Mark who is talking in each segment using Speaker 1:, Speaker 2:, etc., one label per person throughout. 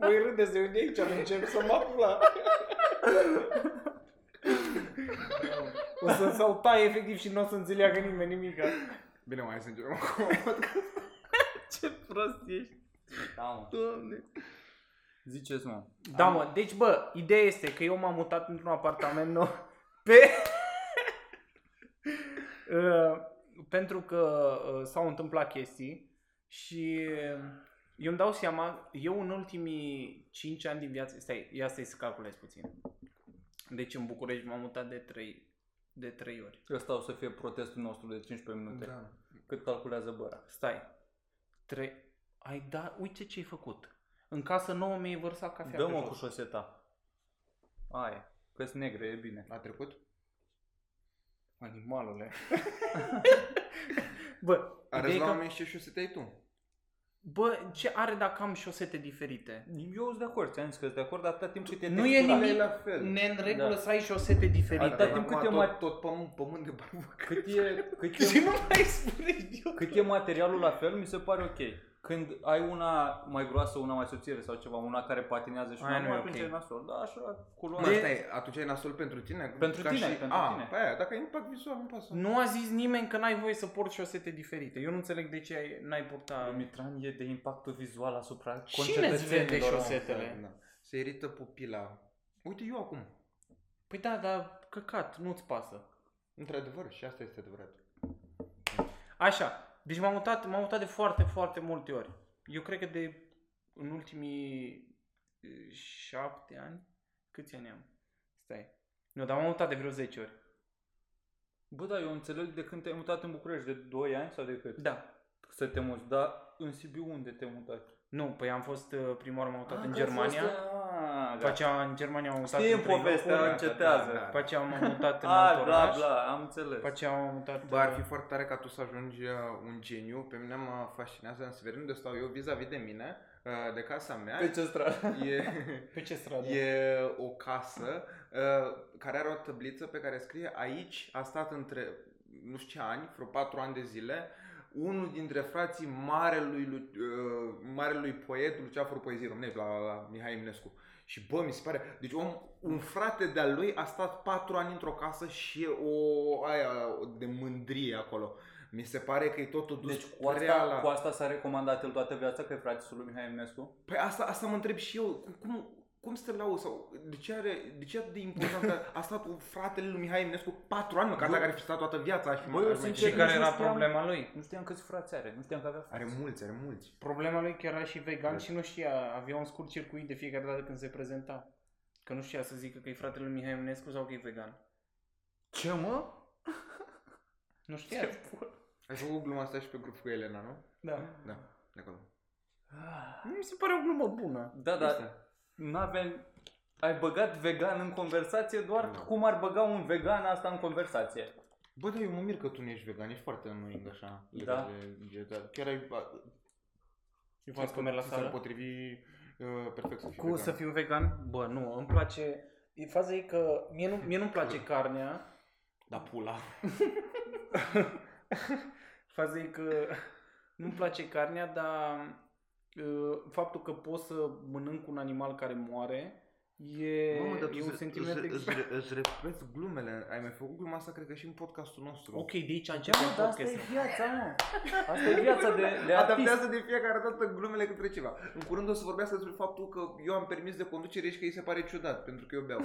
Speaker 1: Voi râdeți de unde aici, am încep să mă apula. o să s-au tai efectiv și nu o să înțeleagă nimeni nimic.
Speaker 2: Bine, mai să începem acum.
Speaker 3: Ce prost ești,
Speaker 1: Da, mă.
Speaker 3: doamne. Ziceți, mă.
Speaker 1: Da, mă. Deci, bă, ideea este că eu m-am mutat într-un apartament nou pe... Uh, pentru că uh, s-au întâmplat chestii și eu îmi dau seama, eu în ultimii 5 ani din viață, stai, ia stai să calculez puțin. Deci în București m-am mutat de 3, de 3 ori.
Speaker 3: Ăsta o să fie protestul nostru de 15 minute.
Speaker 2: Da.
Speaker 3: Cât calculează băra.
Speaker 1: Stai. Tre... Ai da... Uite ce ai făcut. În casă nouă mi-ai vărsat cafea
Speaker 3: Dă-mă
Speaker 1: pe
Speaker 3: cu
Speaker 1: jos.
Speaker 3: șoseta. Aia. că sunt negre, e bine.
Speaker 2: A trecut?
Speaker 1: Animalule. Bă,
Speaker 2: A
Speaker 1: ideea e
Speaker 2: rezolvat
Speaker 1: că...
Speaker 2: oameni și șosetei tu.
Speaker 1: Bă, ce are dacă am șosete diferite?
Speaker 3: Eu sunt de acord, ți-am zis că sunt de acord atâta timp cât e
Speaker 1: Nu e
Speaker 3: texturat.
Speaker 1: nimic
Speaker 2: la fel.
Speaker 1: ne în regulă
Speaker 3: Da.
Speaker 1: să ai șosete
Speaker 3: Atâta
Speaker 1: diferite.
Speaker 3: timp
Speaker 2: Acum
Speaker 3: cât e
Speaker 2: tot-
Speaker 3: mai-
Speaker 2: Tot pământ, pământ de barbă.
Speaker 3: Cât e, cât
Speaker 1: Și
Speaker 3: e,
Speaker 1: nu mai spune idiot.
Speaker 3: cât e materialul la fel, mi se pare ok. Când ai una mai groasă, una mai subțire sau ceva, una care patinează și
Speaker 1: Aia
Speaker 3: una
Speaker 1: nu
Speaker 3: mai
Speaker 1: e
Speaker 3: atunci
Speaker 1: ok.
Speaker 3: e nasol. Da, așa,
Speaker 2: Bă,
Speaker 3: culoare.
Speaker 2: stai, atunci ai nasol pentru tine?
Speaker 3: Pentru tine, pentru
Speaker 2: a,
Speaker 3: tine.
Speaker 2: Pe aia, dacă ai impact vizual, nu pasă.
Speaker 1: Nu a zis nimeni că n-ai voie să porți șosete diferite. Eu nu înțeleg de ce ai, n-ai purta...
Speaker 3: Mitran e de impactul vizual asupra
Speaker 1: Cine îți vede
Speaker 3: concetățenilor, mă.
Speaker 1: șosetele?
Speaker 2: Da. Se irită pupila. Uite eu acum.
Speaker 1: Păi da, dar căcat, nu-ți pasă.
Speaker 2: Într-adevăr, și asta este adevărat.
Speaker 1: Așa, deci m-am mutat, m-am mutat de foarte, foarte multe ori. Eu cred că de în ultimii e, șapte ani, câți ani am? Stai. Nu, dar m-am mutat de vreo 10 ori.
Speaker 3: Bă, da, eu înțeleg de când te-ai mutat în București, de 2 ani sau de cât?
Speaker 1: Da.
Speaker 3: Să te muți, dar în Sibiu unde te mutai?
Speaker 1: Nu, păi am fost e, prima oară m-am mutat în Germania. După
Speaker 3: Ah, Gata.
Speaker 1: aceea în Germania m-am mutat
Speaker 3: Știm
Speaker 1: în trei
Speaker 3: povestea,
Speaker 1: locuri.
Speaker 3: încetează.
Speaker 2: Da, da,
Speaker 1: După
Speaker 2: da.
Speaker 1: aceea m-am mutat în alt
Speaker 3: A, bla,
Speaker 1: oraș.
Speaker 3: bla, am
Speaker 1: După
Speaker 3: înțeles.
Speaker 1: aceea m-am mutat... uh,
Speaker 2: Bă, ar fi foarte tare ca tu să ajungi uh, un geniu. Pe mine mă fascinează în Severin, unde stau eu vis-a-vis de mine, uh, de casa mea.
Speaker 3: Pe ce stradă?
Speaker 2: E,
Speaker 1: Pe ce stradă?
Speaker 3: da.
Speaker 2: E o casă uh, care are o tabliță pe care scrie aici a stat între nu știu ce ani, vreo patru ani de zile, unul dintre frații marelui, Lu- uh, marelui poet Luceafru Poezii Românești, la, la Mihai Eminescu. Și bă, mi se pare, deci om, un frate de-al lui a stat patru ani într-o casă și e o aia de mândrie acolo. Mi se pare că e totul dus
Speaker 3: Deci cu asta,
Speaker 2: prea la-
Speaker 3: cu asta s-a recomandat el toată viața că e fratisul lui Mihai Eminescu?
Speaker 2: Păi asta, asta mă întreb și eu, cum, cum, cum stă la o, sau de ce, are, de ce e atât de important că a stat cu fratele lui Mihai Eminescu patru ani, măcar
Speaker 3: Bă,
Speaker 2: dacă ar fi stat toată viața aș fi
Speaker 3: bă, eu
Speaker 2: aș
Speaker 3: sincer-
Speaker 2: fi-
Speaker 1: Păi Și
Speaker 3: nici
Speaker 1: care
Speaker 3: nu
Speaker 1: era
Speaker 3: știam.
Speaker 1: problema lui?
Speaker 3: Nu știam câți frați are, nu știam că avea frați.
Speaker 2: Are mulți, are mulți.
Speaker 1: Problema lui că era și vegan
Speaker 2: Cred.
Speaker 1: și nu știa, avea un scurt circuit de fiecare dată când se prezenta. Că nu știa să zică că e fratele lui Mihai Eminescu sau că e vegan.
Speaker 3: Ce mă?
Speaker 1: Nu știa.
Speaker 2: Ai făcut gluma asta și pe grup cu Elena, nu?
Speaker 1: Da.
Speaker 2: Da, de acolo.
Speaker 3: Ah.
Speaker 1: Mi se pare o glumă bună.
Speaker 3: Da, dar
Speaker 2: Asta.
Speaker 3: n-avem... Ai băgat vegan în conversație doar
Speaker 2: Nu.
Speaker 3: cum ar băga un vegan asta în conversație.
Speaker 2: Bă, dar eu mă mir că tu nu ești vegan, ești foarte annoying așa.
Speaker 3: Da.
Speaker 2: De, de, de, chiar ai...
Speaker 1: Eu vreau să merg la
Speaker 2: s-ar
Speaker 1: sală.
Speaker 2: potrivi uh, perfect să fii
Speaker 1: Cu
Speaker 2: vegan.
Speaker 1: să fiu vegan? Bă, nu, îmi place... E faza e că mie, nu, mie nu-mi place carnea.
Speaker 2: Da, pula.
Speaker 1: Faza e că nu-mi place carnea, dar uh, faptul că pot să mănânc un animal care moare e,
Speaker 2: Mamă, dar tu
Speaker 1: e un
Speaker 2: îți-
Speaker 1: sentiment
Speaker 2: îți-
Speaker 1: extra.
Speaker 2: îți- Îți repeți glumele. Ai mai făcut gluma asta, cred că și în podcastul nostru.
Speaker 1: Ok, de aici
Speaker 3: Da,
Speaker 1: începem
Speaker 3: mă, dar asta e
Speaker 1: podcastul.
Speaker 3: viața, mă. Asta e viața de, de artist.
Speaker 2: Adaptează de fiecare dată glumele către ceva. În curând o să vorbească despre faptul că eu am permis de conducere și că îi se pare ciudat, pentru că eu beau.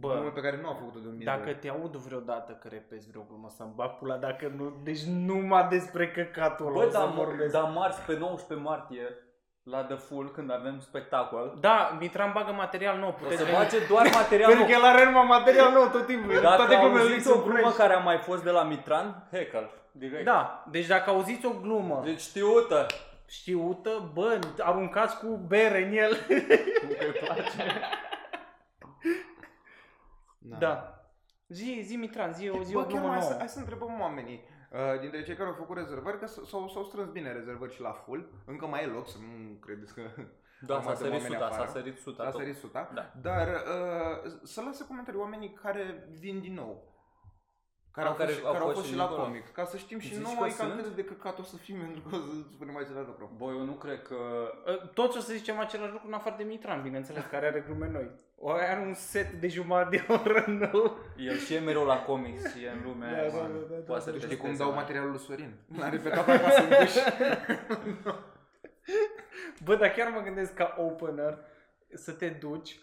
Speaker 2: Glume
Speaker 1: Bă,
Speaker 2: pe care nu am făcut-o de mine.
Speaker 1: dacă te aud vreodată că repezi vreo glumă să-mi bag pula, dacă nu, deci numai despre căcatul ăla
Speaker 3: Bă,
Speaker 1: o să
Speaker 3: dar
Speaker 1: vorbesc.
Speaker 3: da, marți pe 19 martie la The Full, când avem spectacol,
Speaker 1: Da, Mitran bagă material nou,
Speaker 3: o
Speaker 1: puteți
Speaker 3: să
Speaker 1: veni.
Speaker 3: face doar material
Speaker 1: Pentru
Speaker 3: nou.
Speaker 1: că el are numai material nou tot timpul,
Speaker 3: Dacă
Speaker 1: toate glumele lui
Speaker 3: auziți o
Speaker 1: sunt
Speaker 3: glumă
Speaker 1: proști.
Speaker 3: care a mai fost de la Mitran, heckle, direct.
Speaker 1: Da, deci dacă auziți o glumă
Speaker 3: Deci știută.
Speaker 1: știută, bă, aruncați cu bere în el.
Speaker 2: Da.
Speaker 1: Da. Zi, zi Mitran, zi,
Speaker 3: Deci,
Speaker 1: o, zi
Speaker 2: Bă,
Speaker 1: o
Speaker 2: chiar
Speaker 1: glumă
Speaker 2: mai să,
Speaker 1: nouă.
Speaker 2: hai să întrebăm oamenii. Uh, dintre cei care au făcut rezervări, că s- s-au, s-au strâns bine rezervări și la full. Încă mai e loc, să nu credeți că
Speaker 3: Da,
Speaker 2: Am
Speaker 3: s-a
Speaker 2: atât
Speaker 3: sărit
Speaker 2: oameni
Speaker 3: suta, s-a
Speaker 2: afară.
Speaker 3: sărit suta.
Speaker 2: s-a
Speaker 3: tot.
Speaker 2: sărit suta.
Speaker 3: Da.
Speaker 2: Dar uh, să lase comentarii oamenii care vin din nou. Care, au,
Speaker 3: Ah, care
Speaker 2: care, fost, și-
Speaker 3: au
Speaker 2: care au
Speaker 3: fost
Speaker 2: fost și
Speaker 3: și
Speaker 2: la
Speaker 3: acolo.
Speaker 2: comic. Ca să știm și
Speaker 3: Zici
Speaker 2: noi
Speaker 3: că
Speaker 2: cam
Speaker 3: sunt?
Speaker 2: cât de căcat o să fim pentru că o să spunem același lucru.
Speaker 3: Boi, eu nu cred că...
Speaker 1: Ă, Toți o să zicem același lucru în afară de Mitran, bineînțeles, care are glume noi. O are un set de jumătate de oră nou.
Speaker 3: El și e mereu la comics și e în lumea
Speaker 1: Da,
Speaker 3: aia,
Speaker 1: da,
Speaker 3: man.
Speaker 1: da, da, da.
Speaker 3: Poate să
Speaker 2: Tu știi
Speaker 3: testeze
Speaker 2: cum dau
Speaker 3: mai.
Speaker 2: materialul lui Sorin? L-am repetat acum să duci.
Speaker 1: Bă, dar chiar mă gândesc ca opener să te duci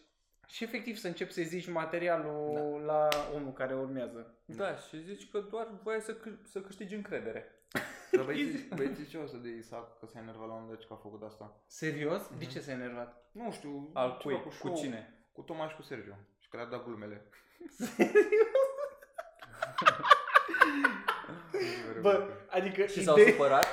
Speaker 1: și efectiv să începi să zici materialul la omul care urmează.
Speaker 3: Da, și zici că doar voiai să, câ- să câștigi încredere.
Speaker 2: Dar băieții, băieții ce o să de Isaac că s-a enervat la un dat că a făcut asta?
Speaker 1: Serios? De ce s-a enervat?
Speaker 2: Nu știu,
Speaker 3: Al
Speaker 2: ceva
Speaker 3: cui? Cu,
Speaker 2: show,
Speaker 3: cine?
Speaker 2: Cu Toma și cu Sergio. Și că le-a dat glumele.
Speaker 1: Bă, adică
Speaker 3: Și s-au
Speaker 1: idei... Hmm?
Speaker 3: supărat?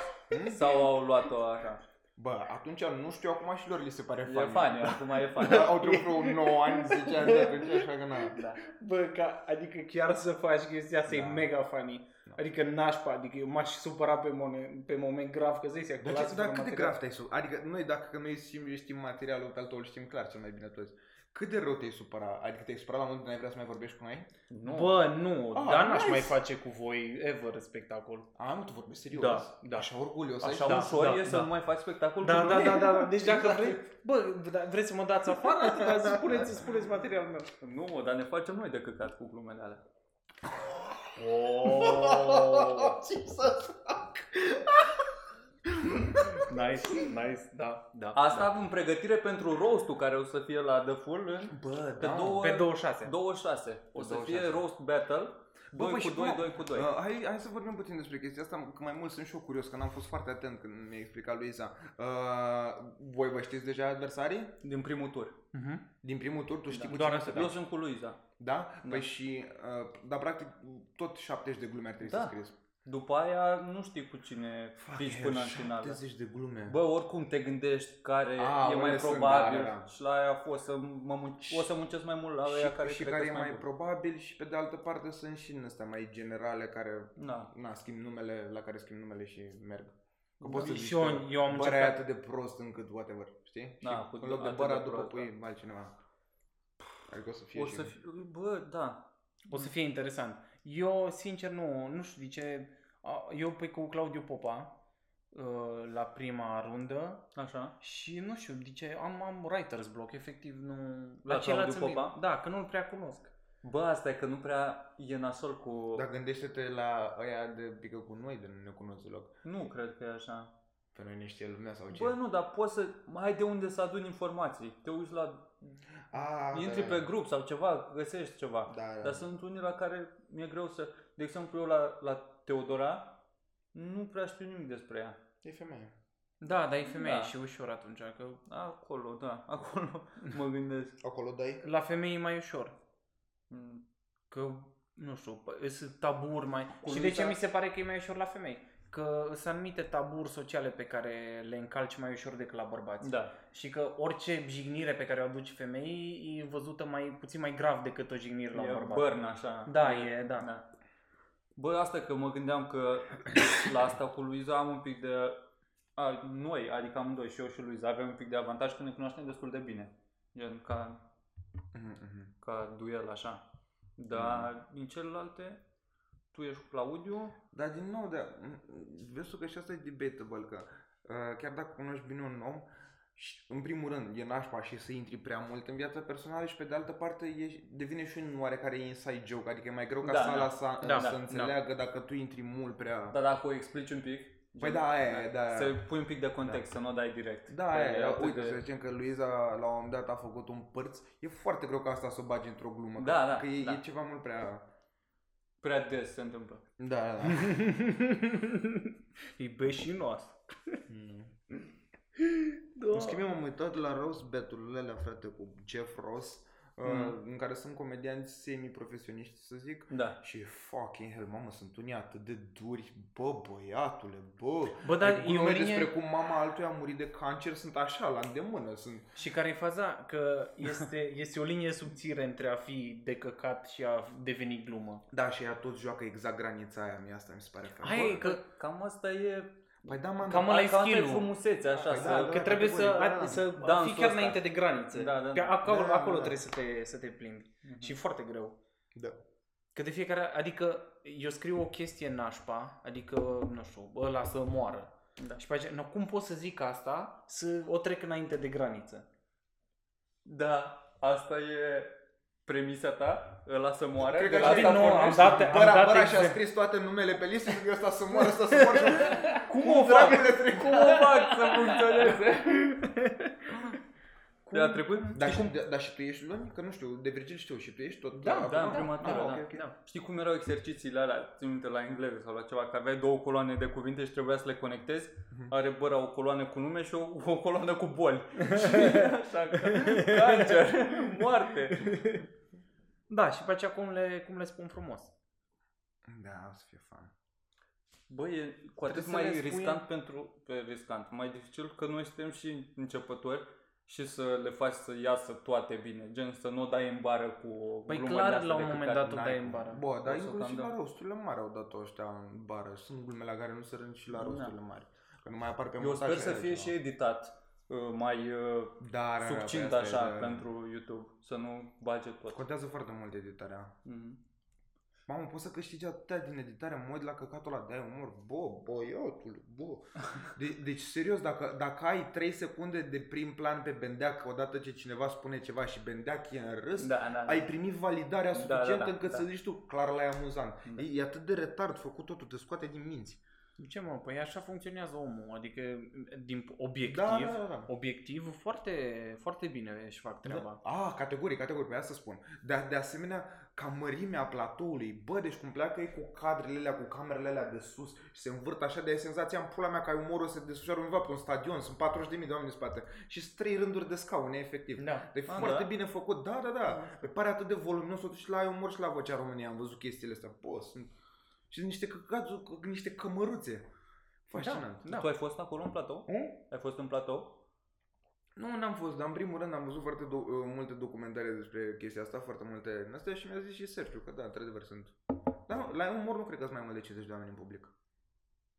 Speaker 3: sau au luat-o așa?
Speaker 2: Bă, atunci nu știu, acum și lor li se pare
Speaker 3: E
Speaker 2: funny.
Speaker 3: fani, acum e fani.
Speaker 2: Au trecut vreo 9 ani, 10 ani de atunci, așa că na.
Speaker 3: Da.
Speaker 1: Bă, ca, adică chiar să faci chestia asta
Speaker 2: Da.
Speaker 1: e mega funny.
Speaker 2: Da.
Speaker 1: Adică nașpa, adică eu m-aș supăra pe, mone, pe moment grav că zici că
Speaker 2: Dar,
Speaker 1: lasă
Speaker 2: ce, Deci, dar
Speaker 1: fără
Speaker 2: cât de
Speaker 1: material.
Speaker 2: grav te-ai supărat? Adică noi dacă că noi știm, știm materialul pe al tău, îl știm clar cel mai bine toți. Cât de rău te-ai supăra? Adică te-ai supărat la momentul când ai vrea să mai vorbești cu noi?
Speaker 3: Nu.
Speaker 1: Bă, nu,
Speaker 2: Ah,
Speaker 1: dar n-aș
Speaker 2: nice.
Speaker 1: mai face cu voi ever spectacol.
Speaker 2: A, nu, tu vorbești serios.
Speaker 1: Da, da.
Speaker 2: Așa orgolios.
Speaker 3: Așa
Speaker 1: da,
Speaker 3: ușor
Speaker 1: da,
Speaker 3: e să
Speaker 1: da.
Speaker 3: nu mai faci spectacol
Speaker 1: Da,
Speaker 3: cu
Speaker 1: da,
Speaker 3: mine?
Speaker 1: da, da, da. Deci dacă vrei, bă, da- vreți să mă dați afară, atâta, spuneți, spuneți materialul meu.
Speaker 3: Nu, mă, dar ne facem noi de căcat cu glumele alea.
Speaker 1: Oh.
Speaker 2: Ce să
Speaker 1: Nice, nice, da, da.
Speaker 3: Asta avem pregătire pentru roastul care o să fie la The Full în
Speaker 2: Bă, da.
Speaker 3: Pe două-
Speaker 1: Da. Pe 26.
Speaker 3: 26. O
Speaker 2: Pe
Speaker 3: să
Speaker 2: 26.
Speaker 3: fie roast battle.
Speaker 2: Bă,
Speaker 3: 2
Speaker 2: păi
Speaker 3: cu
Speaker 2: și
Speaker 3: 2,
Speaker 2: cum-
Speaker 3: 2 cu 2.
Speaker 2: Uh, hai, hai să vorbim puțin despre chestia asta, că mai mult sunt și eu curios, că n-am fost foarte atent când mi-a explicat Luisa. Uh, voi vă știți deja adversarii?
Speaker 3: Din primul tur.
Speaker 1: Mhm.
Speaker 2: Din primul tur, tu știi
Speaker 3: Da.
Speaker 2: cu
Speaker 1: Doar
Speaker 2: cine
Speaker 1: asta,
Speaker 2: să
Speaker 1: da.
Speaker 3: Eu sunt cu Luiza.
Speaker 2: Da?
Speaker 3: Da.
Speaker 2: Păi și, uh, dar practic tot 70 de glume ar trebui
Speaker 3: Da.
Speaker 2: să scrieți.
Speaker 3: După aia nu știi cu cine fici Deci până în finală.
Speaker 2: 70 de glume.
Speaker 3: Bă, oricum te gândești care
Speaker 2: A,
Speaker 3: e
Speaker 2: unde
Speaker 3: mai
Speaker 2: sunt,
Speaker 3: probabil
Speaker 2: da, da, da.
Speaker 3: și la aia o să, mă mun- o să muncesc mai mult la aia
Speaker 2: și
Speaker 3: care
Speaker 2: și
Speaker 3: cred
Speaker 2: care
Speaker 3: că
Speaker 2: e
Speaker 3: sunt
Speaker 2: mai
Speaker 3: buni.
Speaker 2: probabil și pe de altă parte sunt și în astea mai generale care,
Speaker 3: Da.
Speaker 2: na, schimb numele, la care schimb numele și merg. Că
Speaker 1: Da.
Speaker 2: poți să zici
Speaker 1: Și
Speaker 2: că
Speaker 1: eu, eu am
Speaker 2: bărea e
Speaker 1: încercat.
Speaker 2: atât de prost încât whatever, știi?
Speaker 3: Da,
Speaker 2: și
Speaker 3: cu
Speaker 2: în loc de
Speaker 3: atât
Speaker 2: băra
Speaker 3: de
Speaker 2: după
Speaker 3: prost, da.
Speaker 2: pui altcineva. Adică o să fie
Speaker 3: O
Speaker 2: și...
Speaker 3: să fi... Bă, da.
Speaker 1: O să fie interesant. Eu, sincer, nu, nu știu de ce. a, Eu pe cu Claudiu Popa uh, la prima rundă
Speaker 3: Așa.
Speaker 1: și nu știu de ce am, am writer's block, efectiv nu...
Speaker 3: La
Speaker 1: ceilalți
Speaker 3: Claudiu
Speaker 1: îmi-
Speaker 3: Popa?
Speaker 1: Da, că nu-l prea cunosc.
Speaker 3: Bă, asta e că nu prea e nasol cu...
Speaker 2: Dar gândește-te la ăia de pică cu noi, de nu ne cunosc deloc.
Speaker 3: Nu cred că e așa.
Speaker 2: Pe noi ne știe lumea sau ce?
Speaker 3: Bă, nu, dar poți să... Mai ai de unde să aduni informații. Te uiți la...
Speaker 2: A,
Speaker 3: Intri pe grup sau ceva, găsești ceva.
Speaker 2: Ah, Da, da.
Speaker 3: Dar sunt unii la care mi-e greu să... De exemplu, eu la, la Teodora nu prea știu nimic despre ea.
Speaker 2: E femeie.
Speaker 1: Da, dar e femeie
Speaker 3: Da.
Speaker 1: și ușor atunci, că
Speaker 3: Acolo, da, acolo mă gândesc.
Speaker 2: Acolo dai?
Speaker 1: la femeie e mai ușor.
Speaker 3: Mm,
Speaker 1: că, nu știu, pă- sunt taburi mai...
Speaker 3: Cu
Speaker 1: și de
Speaker 3: Luisa-
Speaker 1: ce mi se pare că e mai ușor la femei? Că sunt anumite taburi sociale pe care le încalci mai ușor decât la bărbați.
Speaker 3: Da.
Speaker 1: Și că orice jignire pe care o aduci femeii e văzută mai puțin mai grav decât o jignire la
Speaker 3: e
Speaker 1: bărbat.
Speaker 3: burn, așa.
Speaker 1: Da, e, da.
Speaker 3: da. Bă, asta că mă gândeam că la asta cu Luiza am un pic de... A, noi, adică amândoi, și eu și Luiza, avem un pic de avantaj că ne cunoaștem destul de bine. Gen, ca
Speaker 2: Mhm,
Speaker 3: ca duel așa. Dar
Speaker 2: Mm.
Speaker 3: din celelalte, tu ești cu Claudiu,
Speaker 2: Dar din nou, da, vezi tu că și asta e debatable, că uh, chiar dacă cunoști bine un om, și, în primul rând e nașpa și să intri prea mult în viața personală și pe de altă parte e, devine și un oarecare inside joke, adică e mai greu ca
Speaker 3: Da,
Speaker 2: sala Să,
Speaker 1: Da,
Speaker 2: să
Speaker 1: da,
Speaker 2: înțeleagă dacă tu intri mult prea...
Speaker 3: dar dacă o explici un pic,
Speaker 2: Păi
Speaker 3: gen,
Speaker 2: da, aia e, da, aia e.
Speaker 3: să pui un pic de context, să nu o dai direct.
Speaker 2: Da,
Speaker 3: Păi, Că
Speaker 2: aia,
Speaker 3: e
Speaker 2: e,
Speaker 3: atât
Speaker 2: uite,
Speaker 3: de-
Speaker 2: să zicem că Luiza la un moment dat a făcut un părț, e foarte greu ca asta să o bagi într-o glumă,
Speaker 3: Da,
Speaker 2: că,
Speaker 3: da,
Speaker 2: că e,
Speaker 3: da.
Speaker 2: e ceva mult prea...
Speaker 3: Prea des se întâmplă.
Speaker 2: Da, da, da.
Speaker 1: e beșinos.
Speaker 2: Mm.
Speaker 1: Da.
Speaker 2: În schimb, eu m-am uitat la Roast Battle-urile alea, frate, cu Jeff Ross, mm.
Speaker 3: Mm.
Speaker 2: în care sunt comedianți semi-profesioniști, să zic.
Speaker 3: Da.
Speaker 2: Și fucking hell, mamă, sunt unii atât de duri, bă, băiatule, bă.
Speaker 1: Bă, dar
Speaker 2: Adică
Speaker 1: e o
Speaker 2: glume
Speaker 1: linie-
Speaker 2: despre cum mama altuia a murit de cancer sunt așa, la îndemână, sunt...
Speaker 1: Și care e faza? Că este, este o linie subțire între a fi de căcat și a deveni glumă.
Speaker 2: Da, și ea tot joacă exact granița aia, mie asta mi se pare fain.
Speaker 1: Aia e că-
Speaker 3: Cam asta e...
Speaker 2: Păi da, man,
Speaker 1: Cam
Speaker 2: dar-
Speaker 1: ăla e
Speaker 3: asta e
Speaker 1: skill-ul.
Speaker 3: frumusețe, așa,
Speaker 2: Păi
Speaker 3: să...
Speaker 2: da,
Speaker 1: că trebuie
Speaker 2: bun,
Speaker 1: să,
Speaker 2: da.
Speaker 1: a, să
Speaker 3: Dansul
Speaker 1: fii chiar
Speaker 3: ăsta.
Speaker 1: înainte de granițe.
Speaker 3: Da, da,
Speaker 1: Că
Speaker 3: da.
Speaker 1: acolo,
Speaker 2: Da, da,
Speaker 1: acolo
Speaker 2: da.
Speaker 1: trebuie să te, să te plimbi.
Speaker 3: Mhm.
Speaker 1: Și foarte greu.
Speaker 2: Da.
Speaker 1: Că de fiecare, adică eu scriu o chestie nașpa, adică, nu știu, ăla să moară.
Speaker 3: Da.
Speaker 1: Și pe aceea, no, cum pot să zic asta să o trec înainte de graniță?
Speaker 3: Da, asta e premisa ta? Ăla să moară?
Speaker 2: Cred
Speaker 3: De
Speaker 2: că
Speaker 3: la
Speaker 2: așa e
Speaker 3: asta
Speaker 1: Păi, nouă,
Speaker 3: pornești?
Speaker 1: am dat-
Speaker 2: Băra,
Speaker 1: am dat
Speaker 2: Băra și-a
Speaker 1: exact.
Speaker 2: scris toate numele pe listă și zic, ăsta să moară, ăsta să moară. și acum,
Speaker 3: Cum o fac?
Speaker 2: Dragule, trec.
Speaker 3: Cum o fac să funcționeze? Cum? a trecut? Deci
Speaker 2: Dar
Speaker 3: Știi cum?
Speaker 2: și, da- dar și tu ești luni? Că nu știu, de Virgil știu și tu ești tot.
Speaker 1: Da,
Speaker 2: acolo?
Speaker 3: da, în prima
Speaker 2: Ah,
Speaker 3: tură,
Speaker 2: ok,
Speaker 3: da.
Speaker 2: ok.
Speaker 1: Da.
Speaker 3: Știi cum erau exercițiile alea, țin minte, la engleză sau la ceva, că aveai două coloane de cuvinte și trebuia să le conectezi. Are băra o coloană cu nume și o, o coloană cu boli. și așa, cancer, moarte.
Speaker 1: da, și pe aceea cum le, cum le spun frumos.
Speaker 2: Da, o să fie fan.
Speaker 3: Băi, e cu atât
Speaker 2: Trebuie
Speaker 3: mai
Speaker 2: să le spui-
Speaker 3: riscant pentru... Pe riscant, mai dificil că noi suntem și începători și să le faci să iasă toate bine, gen să nu o dai în bară cu o
Speaker 1: Păi
Speaker 3: glumă
Speaker 1: clar,
Speaker 3: de asta
Speaker 1: la un
Speaker 3: de
Speaker 1: moment
Speaker 3: căcat,
Speaker 1: dat o
Speaker 3: n-ai
Speaker 1: dai
Speaker 3: cum.
Speaker 1: în bară.
Speaker 2: Bă, dar
Speaker 3: O să
Speaker 2: inclusiv
Speaker 3: candăm.
Speaker 2: la rosturile mari au dat ăștia în bară. Sunt glume la care nu se rând și la
Speaker 3: Da.
Speaker 2: rosturile mari. Că nu mai apar pe
Speaker 3: Eu
Speaker 2: montaj
Speaker 3: sper să
Speaker 2: aia
Speaker 3: fie
Speaker 2: ceva.
Speaker 3: și editat uh, mai uh,
Speaker 2: Da, da, da,
Speaker 3: succint
Speaker 2: păi asta
Speaker 3: așa
Speaker 2: e, da.
Speaker 3: pentru YouTube, să nu bage tot.
Speaker 2: Contează foarte mult editarea.
Speaker 3: Mhm.
Speaker 2: Mamă, poți să câștigi atâtea din editare, mă uit la căcatul ăla de umor, bo, boiotul, bo. De, deci, serios, dacă, dacă ai 3 secunde de prim plan pe Bendeac, odată ce cineva spune ceva și Bendeac e în râs,
Speaker 3: Da, da, da.
Speaker 2: ai primit validarea
Speaker 3: Da,
Speaker 2: suficientă
Speaker 3: da, da,
Speaker 2: încât
Speaker 3: da.
Speaker 2: să zici tu, clar la e amuzant.
Speaker 3: Da.
Speaker 2: E, e atât de retard făcut totul, te scoate din minți.
Speaker 1: De Ce mă, păi așa funcționează omul, adică din obiectiv,
Speaker 2: Da, da, da, da.
Speaker 1: obiectiv foarte, foarte bine își fac treaba.
Speaker 2: Da. A, categorii, categorii, pe asta spun. De, de asemenea, ca mărimea platoului, bă, deci cum pleacă ei cu cadrele alea, cu camerele alea de sus și se învârt așa, de senzația în pula mea că ai umorul să desfășoară undeva pe un stadion, sunt 40.000 de oameni în spate și sunt trei rânduri de scaune, efectiv.
Speaker 1: da. Ah.
Speaker 2: Deci
Speaker 3: A,
Speaker 2: foarte
Speaker 3: da?
Speaker 2: bine făcut, da, da, da. Pe pare atât de voluminos, totuși la ai umor și la vocea României am văzut chestiile astea. Bă, sunt... Și sunt niște căcați, niște cămăruțe. Fascinant.
Speaker 1: Da.
Speaker 3: Tu ai fost acolo în platou?
Speaker 2: Hmm?
Speaker 3: Ai fost în platou?
Speaker 2: Nu, n-am fost, dar în primul rând am văzut foarte do- uh, multe documentare despre chestia asta, foarte multe din astea și mi-a zis și Sergiu că da, într-adevăr sunt. Dar nu, la umor nu cred că sunt mai mult de 50 de oameni în public.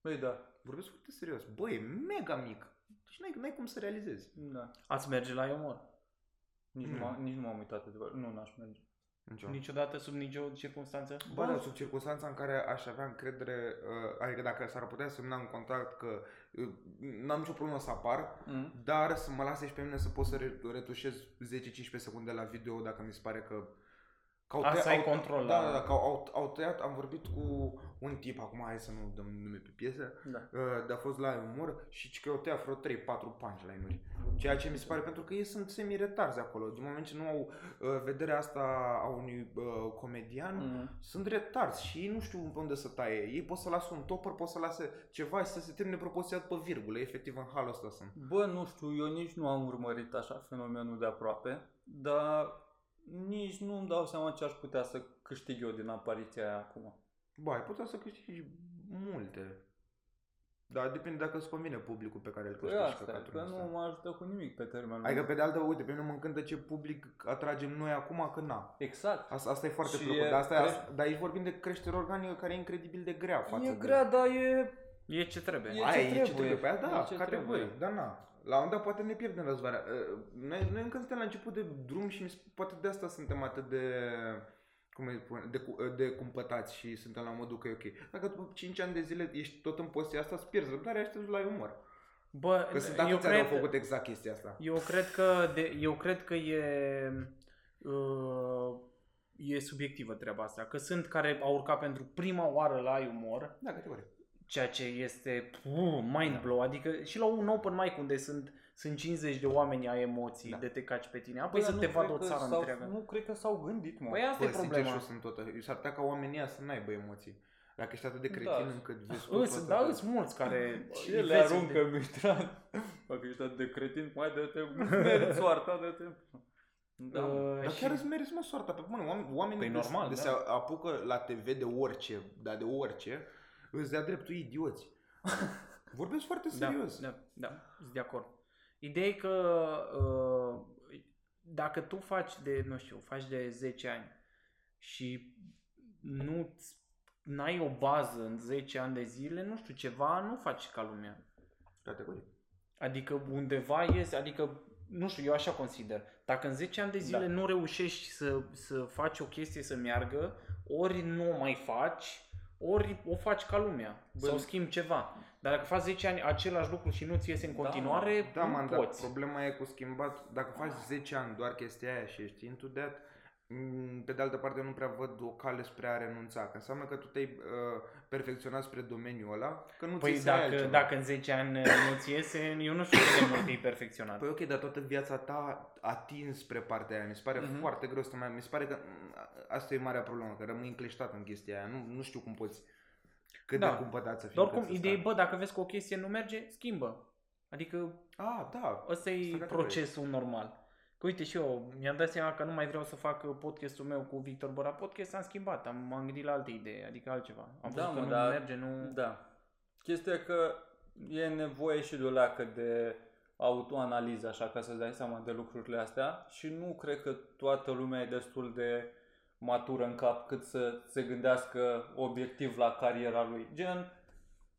Speaker 3: Băi, da.
Speaker 2: Vorbesc foarte serios. Bă, e mega mic. Deci n-ai, n-ai cum să realizezi.
Speaker 3: da.
Speaker 1: Ați merge la Iomor?
Speaker 3: Nici,
Speaker 2: Mm.
Speaker 3: nu m-am- nici nu m-am uitat adevărat. Nu, n-aș merge.
Speaker 2: Nicio.
Speaker 1: Niciodată, sub nicio circunstanță?
Speaker 2: Da. Bă, dar sub circunstanța în care aș avea încredere, uh, adică dacă s-ar putea semna un contract că uh, n-am nicio problemă să apar,
Speaker 3: Mm.
Speaker 2: dar să mă lase și pe mine să pot să re- retușez 10-15 secunde la video dacă mi se pare că... că
Speaker 1: A,
Speaker 2: tăia-
Speaker 1: să ai control
Speaker 2: Da,
Speaker 1: la-
Speaker 2: da, da, că au, au tăiat, am vorbit cu un tip, acum hai să nu dăm nume pe piesă,
Speaker 3: Da.
Speaker 2: uh, de a fost la umor și ci că au tăiat vreo 3-4 punchline-uri. Ceea ce mi se pare pentru că ei sunt semi-retarzi acolo. Din moment ce nu au uh, vederea asta a unui uh, comedian,
Speaker 3: Mm.
Speaker 2: sunt retarzi și ei nu știu pe unde să taie. Ei pot să lasă un topper, pot să lase ceva și să se termine proporționat pe virgulă. Efectiv, în halul ăsta sunt.
Speaker 3: Bă, nu știu, eu nici nu am urmărit așa fenomenul de aproape, dar nici nu îmi dau seama ce aș putea să câștig eu din apariția aia acum.
Speaker 2: Ba, ai putea să câștigi multe. Dar depinde dacă îți convine publicul pe care îl
Speaker 3: Păi
Speaker 2: câștigi
Speaker 3: asta, e,
Speaker 2: căcatul
Speaker 3: că
Speaker 2: ăsta.
Speaker 3: nu mă ajută cu nimic pe termen lung.
Speaker 2: Adică pe de altă, uite, pe mine mă încântă ce public atragem noi acum, că na.
Speaker 3: Exact.
Speaker 2: Asta, asta e foarte
Speaker 3: Și
Speaker 2: plăcut,
Speaker 3: e
Speaker 2: dar, asta e,
Speaker 3: cre-
Speaker 2: asta, dar aici vorbim de creștere organică care e incredibil de grea față
Speaker 3: E
Speaker 2: de...
Speaker 3: grea, dar e...
Speaker 1: E ce trebuie.
Speaker 3: E-
Speaker 2: Aia
Speaker 3: ce
Speaker 2: e ce
Speaker 3: trebuie.
Speaker 2: trebuie. Păi, da,
Speaker 3: E ce
Speaker 2: categoric,
Speaker 3: trebuie.
Speaker 2: dar na. La un moment dat poate ne pierdem răzbarea. Uh, Noi, noi încă suntem la început de drum și mi se- poate de asta suntem atât de cum îi spune, de, cu- de cumpătați și suntem la modul că e ok. Dacă după 5 ani de zile ești tot în postia asta, îți pierzi răbdarea și te duci la umor.
Speaker 1: Bă,
Speaker 2: Că Păi sunt
Speaker 1: Păi, eu
Speaker 2: atâția care
Speaker 1: cred,
Speaker 2: au făcut exact chestia asta.
Speaker 1: eu cred că de, eu cred că e uh, e subiectivă treaba asta, că sunt care au urcat pentru prima oară la umor,
Speaker 2: Da, categoric.
Speaker 1: ceea ce este puh, mind blow, adică și la un open mic unde sunt sunt 50 de oameni ai emoții,
Speaker 2: Da.
Speaker 1: de te caci pe tine, apoi
Speaker 3: Băi,
Speaker 1: să
Speaker 3: nu
Speaker 1: te
Speaker 3: cred
Speaker 1: vadă o
Speaker 3: că
Speaker 1: țară
Speaker 3: s-au-
Speaker 1: întreagă.
Speaker 3: Nu cred că s-au gândit, mă.
Speaker 1: Păi asta
Speaker 2: Bă,
Speaker 1: e
Speaker 2: sincer, și eu
Speaker 1: problema.
Speaker 2: sunt tot așa. S-ar putea ca oamenii ăia să n-aibă emoții. Dacă ești atât de
Speaker 3: Da.
Speaker 2: cretin încât vezi tot
Speaker 1: Îs,
Speaker 2: asta-
Speaker 1: da, îs mulți care
Speaker 3: Ce le
Speaker 1: vezi de-
Speaker 3: aruncă în mitran? Dacă ești atât de cretin, mai dă-te, merit soarta, dă-te. Da. mă.
Speaker 1: Uh,
Speaker 2: Dar
Speaker 1: și-
Speaker 2: chiar îți merezi mă soarta pe bune. Oameni, oamenii
Speaker 1: Păi
Speaker 2: de-
Speaker 1: normal,
Speaker 2: de
Speaker 1: da.
Speaker 2: se apucă la TV de orice, dar de orice, îți dea dreptul idioți. Vorbesc foarte serios.
Speaker 1: Da, da, da, sunt de acord. Ideea e că uh, dacă tu faci de, nu știu, faci de 10 ani și nu n-ai o bază în 10 ani de zile, nu știu, ceva nu faci ca lumea.
Speaker 2: Categoric.
Speaker 1: Adică undeva ies, adică nu știu, eu așa consider. Dacă în 10 ani de zile
Speaker 3: Da.
Speaker 1: nu reușești să, să faci o chestie să meargă, ori nu o mai faci, ori o faci ca lumea Bă. sau schimbi ceva. Dar dacă faci 10 ani același lucru și nu ți iese în
Speaker 3: Da,
Speaker 1: continuare,
Speaker 2: Da,
Speaker 1: nu
Speaker 2: man, dar
Speaker 1: Păi, poți.
Speaker 2: problema e cu schimbat, dacă faci 10 ani doar chestia aia și ești into that, m, pe de altă parte nu prea văd o cale spre a renunța, că înseamnă că tu te-ai uh, perfecționat spre domeniul ăla, că nu
Speaker 1: Păi
Speaker 2: ți se ia
Speaker 1: dacă,
Speaker 2: altceva.
Speaker 1: dacă în 10 ani uh, nu ți iese, eu nu știu cât de mult e perfecționat.
Speaker 2: Păi ok, dar toată viața ta atins spre partea aia, mi se pare
Speaker 3: Mhm.
Speaker 2: foarte greu să te mai... Mi se pare că mm, a- asta e marea problemă, că rămâi încleștat în chestia aia, nu, nu știu cum poți, cât
Speaker 1: Da.
Speaker 2: de cumpătat să fii.
Speaker 1: Dar oricum,
Speaker 2: încât să
Speaker 1: ideea e,
Speaker 2: stai.
Speaker 1: bă, dacă vezi că o chestie nu merge, schimbă. Adică
Speaker 2: Ah, da,
Speaker 1: Ăsta
Speaker 2: Asta
Speaker 1: e
Speaker 2: că
Speaker 1: procesul normal. Că uite și eu, mi-am dat seama că nu mai vreau să fac uh, podcastul meu cu Victor Bora Podcast, am schimbat, am, m-am gândit la alte idei, adică altceva. Am
Speaker 3: Da,
Speaker 1: văzut
Speaker 3: mă,
Speaker 1: că nu
Speaker 3: dar-
Speaker 1: merge, nu...
Speaker 3: Da. Chestia e că e nevoie și de o leacă de autoanaliză, așa, ca să-ți dai seama de lucrurile astea și nu cred că toată lumea e destul de matură în cap cât să se gândească obiectiv la cariera lui. Gen,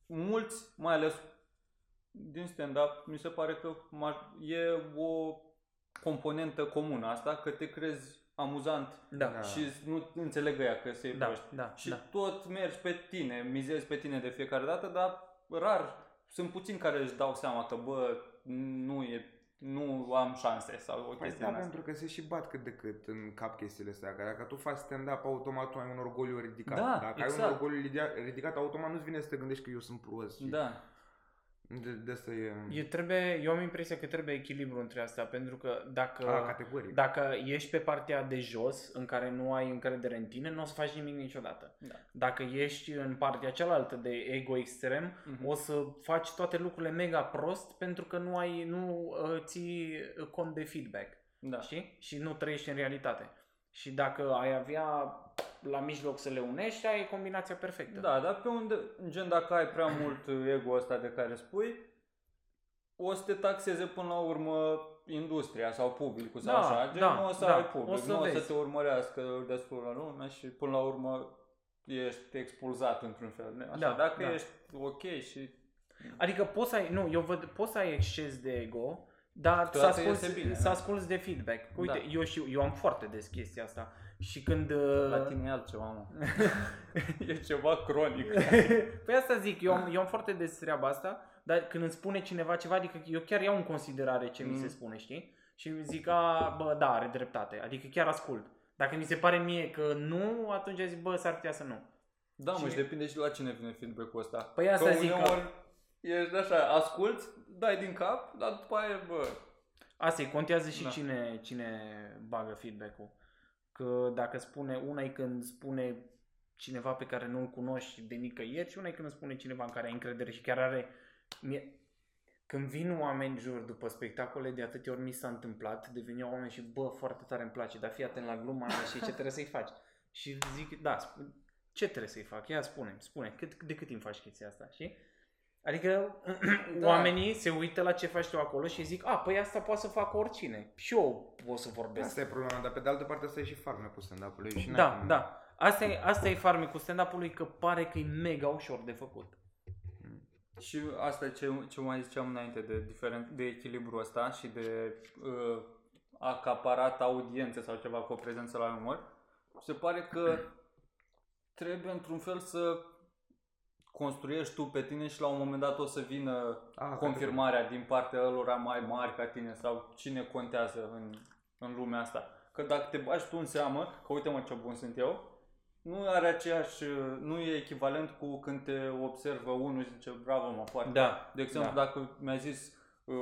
Speaker 3: mulți, mai ales din stand-up, mi se pare că ma- e o componentă comună asta, că te crezi amuzant
Speaker 1: Da,
Speaker 2: Da.
Speaker 1: da,
Speaker 3: și nu înțeleg ea că se
Speaker 1: da,
Speaker 3: proști.
Speaker 1: da,
Speaker 3: Și da.
Speaker 1: da.
Speaker 3: tot mergi pe tine, mizezi pe tine de fiecare dată, dar rar sunt puțini care își dau seama că, bă, nu e nu am șanse sau o
Speaker 2: Păi
Speaker 3: chestie
Speaker 2: da,
Speaker 3: în asta.
Speaker 2: pentru că se și bat cât de cât în cap chestiile astea, că dacă tu faci stand-up, automat tu ai un orgoliu ridicat.
Speaker 3: Da,
Speaker 2: dacă ai
Speaker 3: exact.
Speaker 2: un orgoliu ridia- ridicat, automat nu-ți vine să te gândești că eu sunt prost. și
Speaker 3: Da.
Speaker 2: De, de asta e...
Speaker 1: E, trebuie, eu am impresia că trebuie echilibru între astea, pentru că dacă,
Speaker 2: A, categoric.
Speaker 1: dacă ești pe partea de jos, în care nu ai încredere în tine, nu o să faci nimic niciodată.
Speaker 3: Da.
Speaker 1: Dacă ești în partea cealaltă de ego extrem,
Speaker 3: Mhm.
Speaker 1: O să faci toate lucrurile mega prost pentru că nu ai nu uh, ții uh, cont de feedback,
Speaker 3: da.
Speaker 1: știi? Și nu trăiești în realitate. Și dacă ai avea la mijloc să le unești, ai combinația perfectă.
Speaker 3: Da, dar pe unde, gen, dacă ai prea mult ego ăsta de care spui, o să te taxeze până la urmă industria sau publicul sau
Speaker 1: Da,
Speaker 3: așa. Gen,
Speaker 1: da,
Speaker 3: nu o să
Speaker 1: da,
Speaker 3: ai public,
Speaker 1: o să
Speaker 3: nu o să
Speaker 1: vezi.
Speaker 3: te urmărească destul la lume și până la urmă ești expulzat într-un fel. Așa,
Speaker 1: Da,
Speaker 3: dacă
Speaker 1: da.
Speaker 3: ești ok și
Speaker 1: Adică poți să ai, nu, eu văd, poți să ai exces de ego, dar să
Speaker 3: Câteodată
Speaker 1: asculți,
Speaker 3: iese bine,
Speaker 1: să
Speaker 3: da.
Speaker 1: asculți de feedback. Uite,
Speaker 3: Da.
Speaker 1: eu știu, eu am foarte des chestia asta. Și când uh,
Speaker 3: La tine e altceva, mă. e ceva cronic.
Speaker 1: Păi asta zic, eu am, eu am foarte des treaba asta, dar când îmi spune cineva ceva, adică eu chiar iau în considerare ce mi se
Speaker 3: Mm.
Speaker 1: spune, știi? Și îmi zic, a, bă, da, are dreptate, adică chiar ascult. Dacă mi se pare mie că nu, atunci zic, bă, s-ar putea să nu.
Speaker 3: Da, mă,
Speaker 1: Și-
Speaker 3: și depinde și de la cine vine feedback-ul ăsta.
Speaker 1: Păi asta zic că-
Speaker 3: uneori ești așa, asculți, dai din cap, dar după aia, bă...
Speaker 1: Asta e, contează și
Speaker 3: Da.
Speaker 1: da. cine, cine bagă feedback-ul. Că dacă spune, una e când spune cineva pe care nu-l cunoști de nicăieri și una e când îmi spune cineva în care ai încredere și chiar are... Mie... Când vin oameni în jur după spectacole, de atâtea ori mi s-a întâmplat, deveneau oameni și bă, foarte tare îmi place, dar fii atent la gluma aia și ce trebuie să-i faci. Și zic, da, sp- ce trebuie să-i fac? Ia spune spune, cât, de cât timp faci chestia asta, știi? Adică
Speaker 3: Da.
Speaker 1: da. oamenii se uită la ce faci tu acolo și zic, a, păi asta poate să facă oricine. Și eu pot să vorbesc.
Speaker 2: Asta e problema, dar pe de altă parte asta e și farme cu stand-up-ul lui și n-ai
Speaker 1: Da,
Speaker 2: cum-
Speaker 1: da. Asta e, asta e farmecul stand-up-ului că pare că e mega ușor de făcut.
Speaker 3: Și asta e ce, ce mai ziceam înainte de, diferent, de echilibru ăsta și de uh, acaparat audiențe sau ceva cu o prezență la umor, se pare că trebuie într-un fel să construiești tu pe tine și la un moment dat o să vină
Speaker 2: A, da,
Speaker 3: confirmarea din partea lor mai mari ca tine sau cine contează în, în lumea asta. Că dacă te bagi tu în seamă, că uite mă ce bun sunt eu, nu are aceeași, nu e echivalent cu când te observă unul și zice bravo mă foarte.
Speaker 1: Da.
Speaker 3: De exemplu,
Speaker 1: Da.
Speaker 3: dacă mi-a zis uh,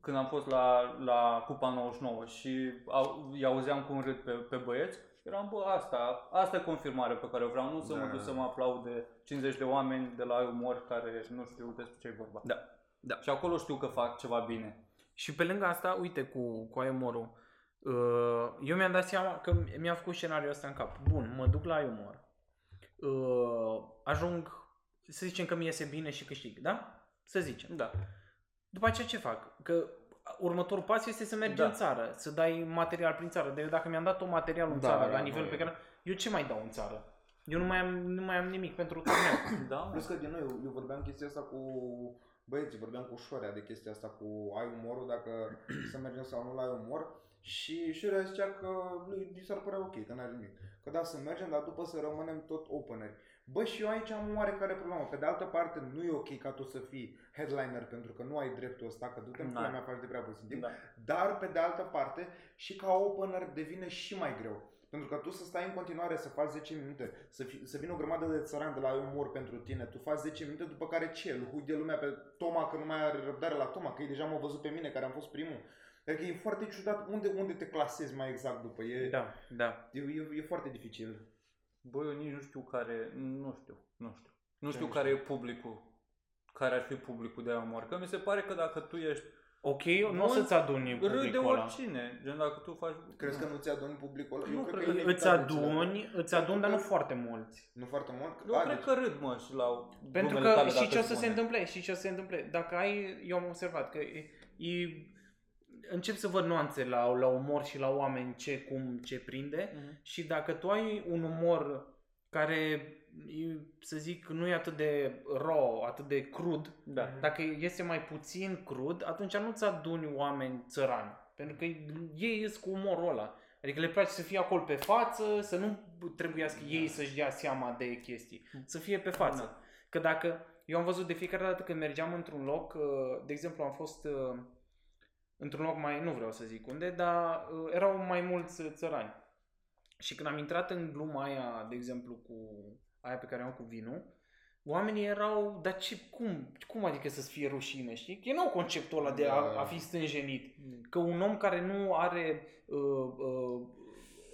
Speaker 3: când am fost la, la Cupa 99 și au, îi auzeam cum râd pe, pe băieți, eram, bă, asta, asta e confirmarea pe care o vreau, nu să
Speaker 2: Da.
Speaker 3: mă duc să mă aplaude 50 de oameni de la umor care nu știu despre ce e vorba.
Speaker 1: Da. Da.
Speaker 3: Și acolo știu că fac ceva bine.
Speaker 1: Și pe lângă asta, uite, cu, cu Aiumorul, uh, eu mi-am dat seama că mi-am făcut scenariul ăsta în cap. Bun, mă duc la Aiumor, uh, ajung, să zicem că mi iese bine și câștig, da? Să zicem.
Speaker 3: Da.
Speaker 1: După aceea ce fac? Că următorul pas este să mergi
Speaker 3: Da.
Speaker 1: da. în țară, să dai material prin țară. Dar eu dacă mi-am dat tot materialul în
Speaker 2: Da,
Speaker 1: țară,
Speaker 2: da,
Speaker 1: la nivel
Speaker 2: da.
Speaker 1: pe care... Eu ce mai dau în țară? Eu nu mai am, nu mai am nimic pentru turneu.
Speaker 3: Da, mă.
Speaker 2: Plus că din nou, eu, eu vorbeam chestia asta cu băieții, vorbeam cu Șorea de chestia asta cu ai umorul, dacă să mergem sau nu la ai umor. Și Șorea zicea că lui i s-ar părea ok, că n-are nimic. Că Că da, să mergem, dar după să rămânem tot openeri. Bă, și eu aici am o oarecare problemă. Pe de altă parte, nu e ok ca tu să fii headliner pentru că nu ai dreptul ăsta, că du-te în
Speaker 3: Da.
Speaker 2: pula mea faci de prea puțin timp.
Speaker 3: Da.
Speaker 2: Dar, pe de altă parte, și ca opener devine și mai greu. Pentru că tu să stai în continuare să faci 10 minute, să, fi, să vină o grămadă de țărani de la Eu mor pentru tine, tu faci 10 minute, după care ce? Îl hugi de lumea pe Toma că nu mai are răbdare la Toma, că ei deja m-au văzut pe mine care am fost primul. Adică e foarte ciudat unde, unde te clasezi mai exact după. E,
Speaker 1: Da, da.
Speaker 2: e, e, e foarte dificil.
Speaker 3: Bă, eu nici nu știu care, nu știu, nu știu. Nu
Speaker 2: Ce
Speaker 3: știu
Speaker 2: nu
Speaker 3: care e publicul, care ar fi publicul de amor. Că mi se pare că dacă tu ești
Speaker 1: Ok, nu o
Speaker 3: Mulți
Speaker 1: să-ți aduni
Speaker 3: râd de
Speaker 1: publicul ăla.
Speaker 3: oricine, gen dacă tu faci...
Speaker 2: Crezi că nu-ți aduni publicul ăla?
Speaker 3: Nu cred că
Speaker 2: e
Speaker 1: Îți
Speaker 2: inevitabil să le aduni.
Speaker 1: aduni, îți aduni, dar nu foarte mulți.
Speaker 2: Nu foarte mult?
Speaker 3: Eu
Speaker 2: A,
Speaker 3: cred
Speaker 2: deci-
Speaker 3: că râd, mă, și la
Speaker 1: Pentru
Speaker 3: glumele
Speaker 1: că
Speaker 3: tale,
Speaker 1: și
Speaker 3: dacă
Speaker 1: ce o să
Speaker 3: spune.
Speaker 1: se întâmple, și ce o să se întâmple. Dacă ai, eu am observat că e, e, încep să văd nuanțe la, la umor și la oameni, ce, cum, ce prinde.
Speaker 3: Mhm.
Speaker 1: Și dacă tu ai un umor care, e, să zic, nu e atât de raw, atât de crud,
Speaker 3: Da.
Speaker 1: dacă este mai puțin crud, atunci nu-ți aduni oameni țărani. Pentru că ei sunt cu umorul ăla. Adică le place să fie acolo pe față, să nu trebuiască ei să-și dea seama de chestii. Să fie pe față.
Speaker 3: Da.
Speaker 1: Că dacă... Eu am văzut de fiecare dată când mergeam într-un loc, uh, de exemplu am fost uh, într-un loc mai, nu vreau să zic unde, dar uh, erau mai mulți uh, țărani. Și când am intrat în gluma aia, de exemplu, cu aia pe care o am cu vinul, oamenii erau, dar ce, cum, cum adică să-ți fie rușine, știi? Că nu conceptul ăla de
Speaker 3: Da.
Speaker 1: a, a fi stânjenit.
Speaker 3: Mm.
Speaker 1: Că un om care nu are uh, uh,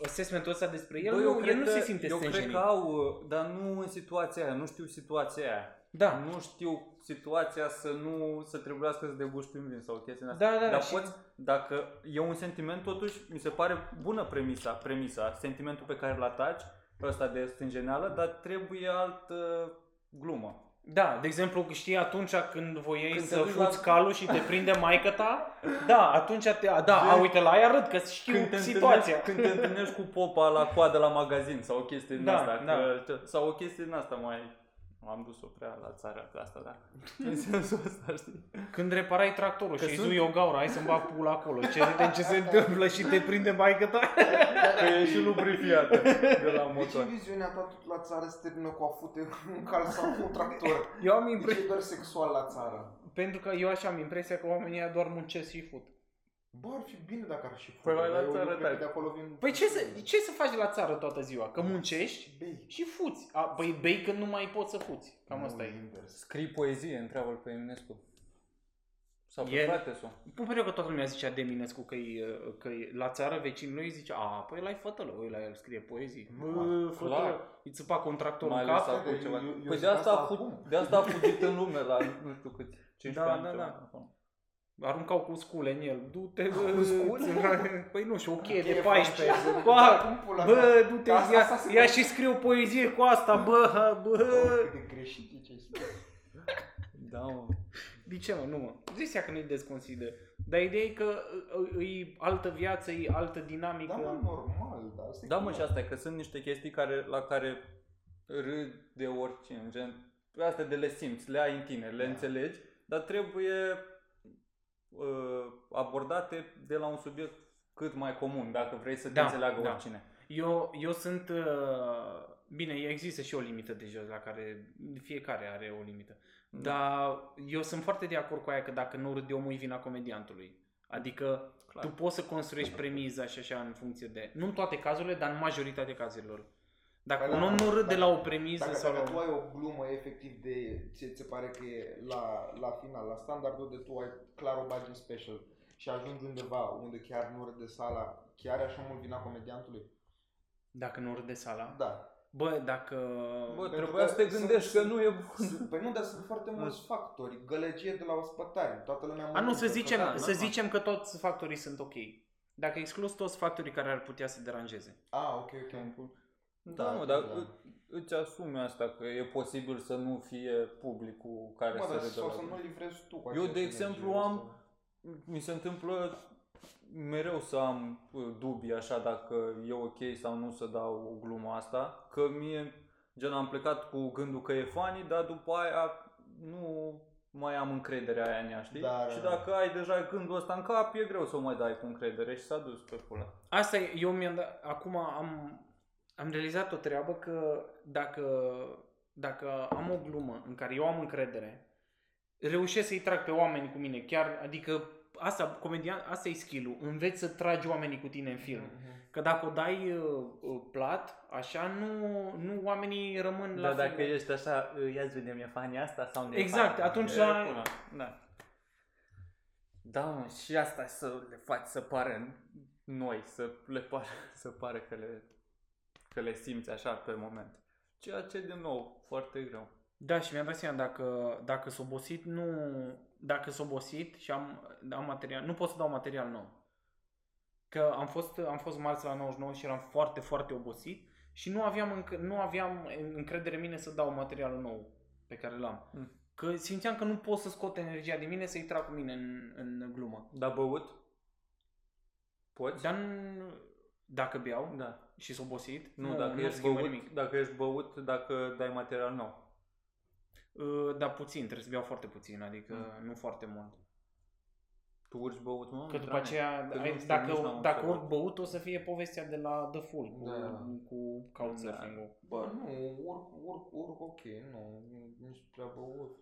Speaker 1: assessmentul ăsta despre el,
Speaker 3: Bă,
Speaker 1: nu, el nu
Speaker 3: că-
Speaker 1: se simte
Speaker 3: Eu cred
Speaker 1: stânjenit.
Speaker 3: că au, uh, dar nu în situația aia, nu știu situația aia.
Speaker 1: Da.
Speaker 3: Nu știu situația să nu să trebuiască să deguști un vin sau chestia asta.
Speaker 1: Da, da, da,
Speaker 3: Dar
Speaker 1: și-
Speaker 3: poți, dacă e un sentiment, totuși, mi se pare bună premisa, premisa sentimentul pe care îl ataci, ăsta de stânjeneală, dar trebuie altă glumă.
Speaker 1: Da, de exemplu, știi atunci când voiei
Speaker 3: Când te
Speaker 1: să
Speaker 3: duci
Speaker 1: fuți
Speaker 3: la-
Speaker 1: calul și te prinde maică ta? Da, atunci te... a, Da, a,
Speaker 3: Gen-
Speaker 1: uite, la aia râd că știu situația.
Speaker 3: Întâlnești, când te întâlnești cu popa la coadă la magazin sau o chestie din
Speaker 1: Da,
Speaker 3: asta,
Speaker 1: da.
Speaker 3: că, sau o chestie din asta mai... Am dus-o prea la țara cu asta, da. În sensul ăsta, știi?
Speaker 1: Când reparai tractorul
Speaker 3: Că
Speaker 1: și îi
Speaker 3: sunt-
Speaker 1: zui o gaură, hai să-mi bag pula acolo. Ce vedem ce se întâmplă și te prinde maică ta? Da,
Speaker 3: Că e și lubrifiată de la
Speaker 2: De ce
Speaker 3: motor.
Speaker 2: viziunea ta tot la țară se termină cu a fute un cal sau cu un tractor?
Speaker 1: Eu am
Speaker 2: De ce
Speaker 1: impresia...
Speaker 2: e doar sexual la țară?
Speaker 1: Pentru că eu așa am impresia că oamenii ăia doar muncesc și fut.
Speaker 2: Bă, ar fi bine dacă ar și fute.
Speaker 3: Păi, la
Speaker 2: dar eu
Speaker 3: țară,
Speaker 2: nu cred că
Speaker 3: da.
Speaker 2: de acolo vin...
Speaker 1: Păi ce să, ce să faci la țară toată ziua? Că muncești
Speaker 2: Bei.
Speaker 1: și fuți. A, păi bei când nu mai poți să fuți. Cam asta
Speaker 2: Nu,
Speaker 1: e.
Speaker 2: invers.
Speaker 3: Scrii poezie, întreabă-l pe Eminescu. Sau pe
Speaker 1: El-
Speaker 3: frate sau.
Speaker 1: Pun period că toată lumea zicea de Minescu că, că la țară vecinul lui zice a, păi la ai fătălă, ăla el scrie poezii. Bă,
Speaker 3: clar.
Speaker 1: fătălă, îi țâpa contractorul
Speaker 3: Mai
Speaker 1: în
Speaker 3: ales
Speaker 1: cap.
Speaker 2: cap,
Speaker 3: acum
Speaker 2: eu-
Speaker 3: ceva.
Speaker 2: eu- eu
Speaker 3: Păi
Speaker 2: zic
Speaker 3: de asta,
Speaker 2: asta
Speaker 3: a
Speaker 2: acum.
Speaker 3: fut, de asta a fugit în lume la nu știu cât, 15
Speaker 1: Da,
Speaker 3: ani
Speaker 1: da,
Speaker 3: ceva
Speaker 1: da.
Speaker 3: acolo.
Speaker 1: Aruncau cu scule în el. Du-te, bă,
Speaker 2: Cu scule?
Speaker 1: ți- Păi nu știu, o cheie
Speaker 2: Cheie
Speaker 1: de 14.
Speaker 2: franceză,
Speaker 1: Ba,
Speaker 2: cum pula mea.
Speaker 1: Bă, du-te,
Speaker 2: Dar Da, asta-
Speaker 1: ia,
Speaker 2: asta se
Speaker 1: ia
Speaker 2: face.
Speaker 1: și scriu poezie cu asta, bă, ha, bă.
Speaker 2: Cât de greșit e ce
Speaker 3: Adică-
Speaker 2: spui.
Speaker 3: Da, mă.
Speaker 1: De ce mă, nu mă? Zicea că nu-i desconsider. Dar ideea e că ă, e altă viață, e altă dinamică.
Speaker 2: Da, mă, normal, dar asta e
Speaker 3: Da, mă,
Speaker 2: normal.
Speaker 3: și asta e că sunt niște chestii care, la care râd de oricine, gen, astea de le simți, le ai în tine, le
Speaker 2: Da.
Speaker 3: înțelegi, dar trebuie uh, abordate de la un subiect cât mai comun, dacă vrei să te
Speaker 1: Da,
Speaker 3: înțeleagă
Speaker 1: da.
Speaker 3: oricine.
Speaker 1: Eu, eu sunt... uh, Bine, există și o limită de jos la care fiecare are o limită.
Speaker 2: Da.
Speaker 1: Dar eu sunt foarte de acord cu aia că dacă nu râde omul, e vina comediantului. Adică
Speaker 3: Clar.
Speaker 1: tu poți să construiești premiza și așa în funcție de... Nu în toate cazurile, dar în majoritatea cazurilor. Dacă
Speaker 2: Păi
Speaker 1: un
Speaker 2: da,
Speaker 1: om nu râde
Speaker 2: dacă-
Speaker 1: la o premiză
Speaker 2: Dacă,
Speaker 1: sau la...
Speaker 2: dacă tu
Speaker 1: o-
Speaker 2: ai o glumă efectiv de ce ți se pare că e la, la final, la standardul de tu ai clar o bagi în special și ajungi undeva unde chiar nu râde sala, chiar e așa mult vina comediantului?
Speaker 1: Dacă nu râde sala...
Speaker 2: Da.
Speaker 1: Bă, dacă...
Speaker 3: Bă,
Speaker 2: Pentru
Speaker 3: trebuia
Speaker 2: că
Speaker 3: să te
Speaker 2: sunt-
Speaker 3: gândești că nu e bun.
Speaker 2: Sunt- Păi nu, dar sunt foarte mulți factori. Gălăgie de la ospătare, toată lumea
Speaker 1: A, nu,
Speaker 2: mănâncă,
Speaker 1: să zicem,
Speaker 2: că da,
Speaker 1: să
Speaker 2: normal.
Speaker 1: zicem că toți factorii sunt ok. Dacă excluzi toți factorii care ar putea să deranjeze.
Speaker 2: A, Ah, ok, ok.
Speaker 3: Da,
Speaker 2: Da,
Speaker 3: mă, dar
Speaker 2: da.
Speaker 3: î- îți asumi asta că e posibil să nu fie publicul care
Speaker 2: Bă,
Speaker 3: să
Speaker 2: dar
Speaker 3: râdă
Speaker 2: sau
Speaker 3: la
Speaker 2: să
Speaker 3: tine.
Speaker 2: nu livrezi tu cu
Speaker 3: Eu, de
Speaker 2: aceeași
Speaker 3: exemplu,
Speaker 2: energie,
Speaker 3: am-
Speaker 2: sau-
Speaker 3: Mi se întâmplă mereu să am uh, dubii așa dacă e ok sau nu să dau o glumă asta, că mie gen am plecat cu gândul că e funny, dar după aia nu mai am încrederea aia în ea, știi?
Speaker 2: Da, da,
Speaker 3: și
Speaker 2: da.
Speaker 3: dacă ai deja gândul ăsta în cap, e greu să o mai dai cu încredere și s-a dus pe pula.
Speaker 1: Asta e, eu mi-am dat, acum am, am realizat o treabă că dacă, dacă am o glumă în care eu am încredere, reușesc să-i trag pe oameni cu mine, chiar, adică asta, comedian, asta e skill-ul, înveți să tragi oamenii cu tine în film.
Speaker 2: Mm-hmm.
Speaker 3: Mhm.
Speaker 1: Că dacă o dai uh, uh, plat, așa nu, nu oamenii rămân
Speaker 3: Dar
Speaker 1: la
Speaker 3: Da, dacă
Speaker 1: film.
Speaker 3: ești așa, "Ă, ia zi mi-e fanii asta sau nu
Speaker 1: Exact, atunci la-
Speaker 3: Da. Da, mă, și asta să le faci să pară noi, să le pară, să pară că le, că le simți așa pe moment. Ceea ce, din nou, foarte greu.
Speaker 1: Da, și mi-am dat seama, dacă, dacă s-a obosit, nu... Dacă s-a obosit și am, am material, nu pot să dau material nou. Că am fost, am fost marți la 99 și eram foarte, foarte obosit și nu aveam, înc- nu aveam încredere în mine să dau materialul nou pe care l-am.
Speaker 3: Mm.
Speaker 1: Că simțeam că nu pot să scot energia din mine să-i trag cu mine în, în glumă.
Speaker 3: Dar băut? Poți?
Speaker 1: Dar nu- dacă beau
Speaker 3: da.
Speaker 1: și s-a obosit,
Speaker 3: Nu, dacă, ești
Speaker 1: schimbă
Speaker 3: băut, dacă ești băut, dacă dai material nou.
Speaker 1: Uh, Dar puțin, trebuie să beau foarte puțin, adică
Speaker 3: Mm.
Speaker 1: nu foarte mult.
Speaker 3: Tu urci băut, mă? Da.
Speaker 1: Că după
Speaker 3: Drane.
Speaker 1: aceea,
Speaker 3: Că nu
Speaker 1: ai,
Speaker 3: știu, nici
Speaker 1: dacă,
Speaker 3: n-am
Speaker 1: dacă
Speaker 3: observat.
Speaker 1: urc băut, o să fie povestea de la The Full cu,
Speaker 2: Da.
Speaker 1: cu couchsurfing-ul.
Speaker 3: Da.
Speaker 2: Bă, nu, urc, urc, urc ok, nu, nici prea băut.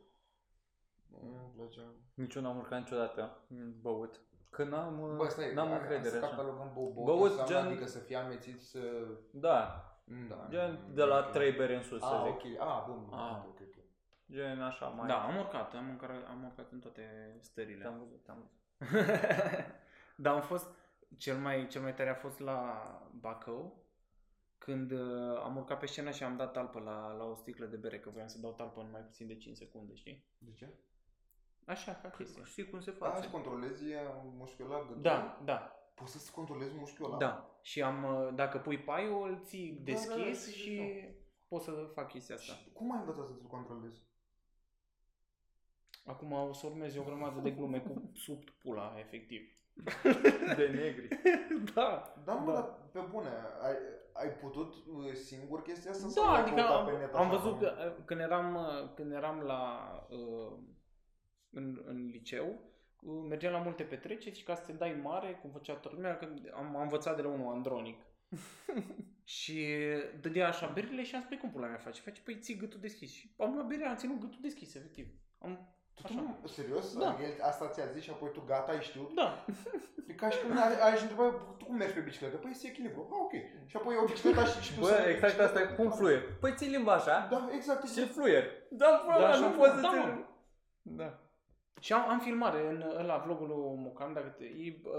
Speaker 2: Nu îmi plăcea.
Speaker 3: Nici eu n-am urcat niciodată în băut. Că n-am,
Speaker 2: Bă, stai,
Speaker 3: n-am
Speaker 2: a-
Speaker 3: încredere
Speaker 2: Asta
Speaker 3: așa.
Speaker 2: catalogăm băut,
Speaker 3: Băut,
Speaker 2: băut înseamnă,
Speaker 3: gen-
Speaker 2: adică să fii amețit să...
Speaker 3: Da,
Speaker 2: Da,
Speaker 3: gen de la
Speaker 2: ok.
Speaker 3: 3 bere în sus, să
Speaker 2: Ah,
Speaker 3: zic.
Speaker 2: ok, ah, bun, bun,
Speaker 3: Ah.
Speaker 2: ok, ok, ok.
Speaker 3: Gen așa mai...
Speaker 1: Da, am urcat, am urcat, am urcat în toate
Speaker 3: Te-am
Speaker 1: stările.
Speaker 3: văzut, te-am văzut.
Speaker 1: Dar am fost, cel mai, cel mai tare a fost la Bacău, când uh, am urcat pe scenă și am dat talpă la, la o sticlă de bere, că voiam să dau talpă în mai puțin de 5 secunde, știi?
Speaker 2: De ce?
Speaker 1: Așa, ca chestie.
Speaker 3: Păi, Știi cum se
Speaker 2: Da, îți
Speaker 3: face.
Speaker 2: controlezi mușchiul ăla gâtul?
Speaker 1: Da, da,
Speaker 2: Poți să-ți controlezi mușchiul ăla?
Speaker 1: Da. Și am, uh, dacă pui paiul, îl ții
Speaker 2: Da,
Speaker 1: deschis
Speaker 2: da, da, știu,
Speaker 1: și pot să fac chestia asta.
Speaker 2: Și cum ai învățat să-ți controlezi?
Speaker 1: Acum o să urmeze o grămadă de glume cu sub pula, efectiv.
Speaker 3: De negri.
Speaker 1: Da.
Speaker 2: Da,
Speaker 1: Da.
Speaker 2: mă, dar pe bune, ai, ai putut uh, singur chestia asta? sau
Speaker 1: Da,
Speaker 2: ai
Speaker 1: adică
Speaker 2: căutat
Speaker 1: am,
Speaker 2: pe net
Speaker 1: am
Speaker 2: așa,
Speaker 1: văzut
Speaker 2: cum-
Speaker 1: că uh, când eram, uh, când eram la, uh, în, în liceu, uh, mergeam la multe petreceri și ca să te dai mare, cum făcea toată lumea, că am, am învățat de la unul Andronic. și dădea așa berile și am spus, cum pula mea face? Face, păi ții gâtul deschis. Și am luat berea, am ținut gâtul deschis, efectiv. Am,
Speaker 2: Tu,
Speaker 1: așa.
Speaker 2: tu, serios?
Speaker 1: Da.
Speaker 2: Adică el- asta ți-a zis și apoi tu gata, ai știut?
Speaker 1: Da,
Speaker 2: E ca și când ai, ai întrebat, tu cum mergi pe bicicletă? Păi este echilibru. Ah, ok. Și apoi o bicicletă și, și tu să
Speaker 3: Bă,
Speaker 2: mergi pe
Speaker 3: exact asta e
Speaker 2: bicicletă.
Speaker 3: cum fluier. Păi ții limba așa
Speaker 2: Da, exact.
Speaker 3: și
Speaker 2: exact.
Speaker 3: fluier. Da, bă,
Speaker 1: așa
Speaker 3: nu poți să
Speaker 1: da,
Speaker 3: te...
Speaker 1: mă.
Speaker 3: Da.
Speaker 1: Și am, am filmare în ăla, vlogul lui Mocan, dacă te, e, uh,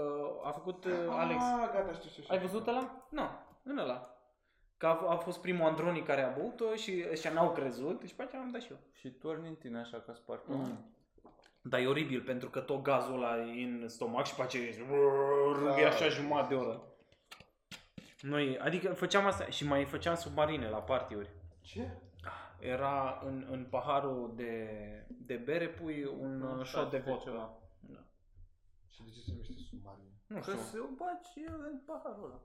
Speaker 1: a făcut uh, Alex.
Speaker 2: Ah, gata, știu, știu, știu.
Speaker 1: Ai văzut ăla? Nu, în ăla. Că a, a fost primul Androni care a băut-o și ăștia n-au crezut și pe aceea am dat și eu.
Speaker 3: Și torni în tine așa ca sparcă.
Speaker 1: Mm. Dar e oribil pentru că tot gazul ăla e în stomac și pe aceea ești- râgâi
Speaker 3: Da.
Speaker 1: așa jumătate de oră. Noi, adică făceam asta și mai făceam submarine la partiuri.
Speaker 2: Ce?
Speaker 1: Era în, în paharul de, de bere pui un,
Speaker 3: Un
Speaker 1: uh,
Speaker 3: shot
Speaker 1: shot de
Speaker 3: de
Speaker 1: vodka.
Speaker 3: ceva.
Speaker 2: Și de ce se numește submarin?
Speaker 1: Nu
Speaker 3: Că
Speaker 1: știu.
Speaker 3: se o baci în paharul ăla.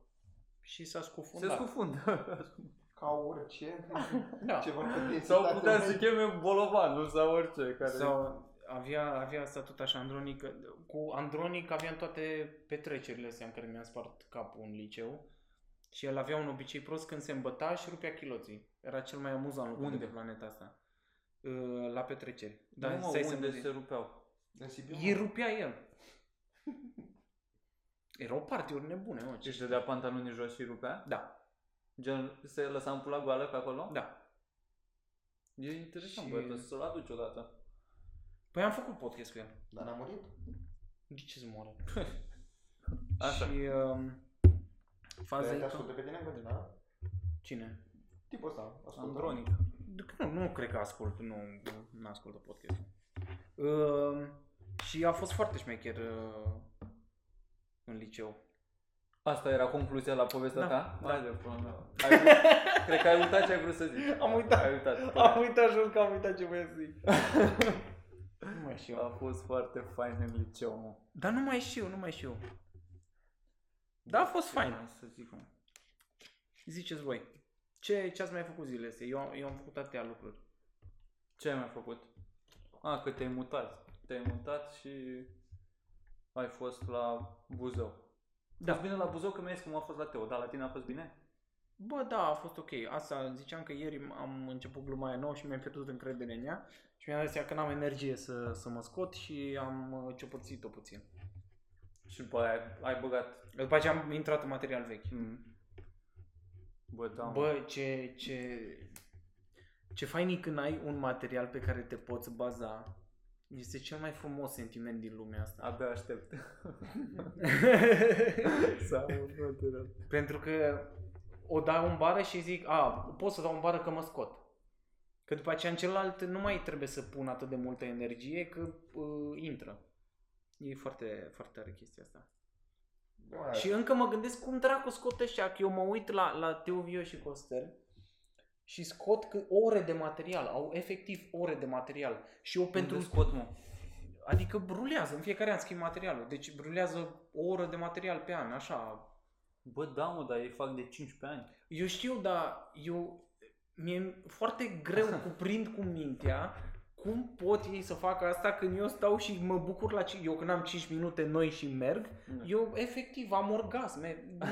Speaker 1: Și s-a
Speaker 3: Se
Speaker 1: scufundat.
Speaker 3: scufundă.
Speaker 2: Ca orice?
Speaker 1: Da.
Speaker 2: Ceva cu densitate
Speaker 3: Sau putea
Speaker 2: mai-
Speaker 3: să cheme bolovanul sau orice care...
Speaker 1: Sau avea, avea asta tot așa Andronic, cu Andronic aveam toate petrecerile astea în care mi-am spart capul în liceu și el avea un obicei prost când se îmbăta și rupea chiloții. Era cel mai amuzant lucru
Speaker 3: Unde?
Speaker 1: Unde? de pe planeta asta. Uh, La petreceri.
Speaker 3: Da, nu, mă,
Speaker 1: stai să
Speaker 3: unde
Speaker 1: vedem.
Speaker 3: se rupeau.
Speaker 2: În Sibiu?
Speaker 1: Îi rupea el. Erau partiuri nebune, mă.
Speaker 3: Și își
Speaker 1: Ce...
Speaker 3: dădea pantalonii jos și îi rupea?
Speaker 1: Da,
Speaker 3: Gen, se lăsa în pula goală pe acolo?
Speaker 1: da.
Speaker 3: E interesant,
Speaker 1: Și-
Speaker 3: bă, trebuie să-l aduci odată.
Speaker 1: Păi am făcut podcast cu el.
Speaker 2: Dar n-a murit?
Speaker 1: De ce se moare?
Speaker 3: Așa.
Speaker 1: Și um, faza
Speaker 2: Păi
Speaker 1: e
Speaker 2: te
Speaker 1: că...
Speaker 2: ascultă pe tine în continuare?
Speaker 1: Cine?
Speaker 2: Tipul ăsta, ascultă.
Speaker 3: Andronic.
Speaker 1: De- că Deci, Nu, nu cred că ascult, nu, nu ascultă podcastul. Uh, și a fost foarte șmecher uh, în liceu.
Speaker 3: Asta era concluzia la povestea
Speaker 1: Da,
Speaker 3: ta?
Speaker 1: da.
Speaker 3: Haide, până la- Ai vrut- Cred că ai uitat ce ai vrut să zici.
Speaker 1: Am uitat.
Speaker 3: Ai uitat.
Speaker 1: uitat jos că am uitat ce voiam să zic. nu mai știu.
Speaker 3: A fost foarte fain în liceu, mă.
Speaker 1: Dar nu mai știu, nu mai știu. Da, a fost
Speaker 3: Ce
Speaker 1: fain.
Speaker 3: mai Să zic, mă.
Speaker 1: Ziceți voi. Ce, ce ați mai făcut zilele astea? Eu, am- eu am făcut atâtea lucruri.
Speaker 3: Ce mi-a făcut? A, că te-ai mutat. Te-ai mutat și ai fost la Buzău. Da. bine la Buzău că mi-ai zis cum a fost la Teo, dar la tine a fost bine?
Speaker 1: Bă, da, a fost ok. Asta ziceam că ieri am început gluma aia nouă și mi-am pierdut încredere în ea și mi-am dat seama că n-am energie să, să mă scot și am uh, ciopărțit-o puțin.
Speaker 3: Și după aia ai băgat.
Speaker 1: După aceea am intrat în material vechi.
Speaker 3: Mm. Bă, da. mă.
Speaker 1: Bă, ce, ce, ce fain e când ai un material pe care te poți baza. Este cel mai frumos sentiment din lumea asta.
Speaker 3: Abia aștept să aud material.
Speaker 1: Pentru că o dau în bară și zic, a, pot să dau în bară că mă scot. Că după aceea în celălalt nu mai trebuie să pun atât de multă energie că uh, intră. E foarte, foarte tare chestia asta.
Speaker 3: Da.
Speaker 2: Bă,
Speaker 1: Și încă mă gândesc cum dracu scot ăștia, că eu mă uit la, la Teo Vio și Costel și scot că ore de material, au efectiv ore de material. Și eu pentru...
Speaker 3: Unde scot, mă.
Speaker 1: Adică brulează, în fiecare an schimb materialul, deci brulează o oră de material pe an, așa.
Speaker 3: Bă, da, mă, dar ei fac de 15 ani.
Speaker 1: Eu știu, dar eu... Mi-e foarte greu, cuprind cu mintea, cum pot ei să facă asta când eu stau și mă bucur la... ci- Eu când am 5 minute noi și merg, Eu efectiv am orgasme. Nu,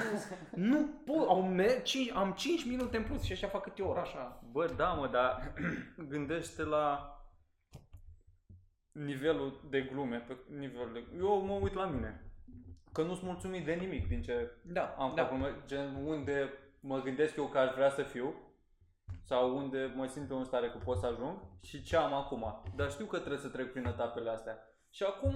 Speaker 1: nu pot, au mer- cinci, am 5 minute în plus și așa fac câte ori, așa.
Speaker 3: Bă, da, mă, dar gândește la nivelul de glume, pe nivelul de... Eu mă uit la mine. Că nu-s mulțumit de nimic din ce
Speaker 1: Da,
Speaker 3: am da.
Speaker 1: da.
Speaker 3: făcut, mă, gen unde mă gândesc eu că aș vrea să fiu sau unde mă simt eu în stare că pot să ajung și ce am acum. Dar știu că trebuie să trec prin etapele astea. Și acum,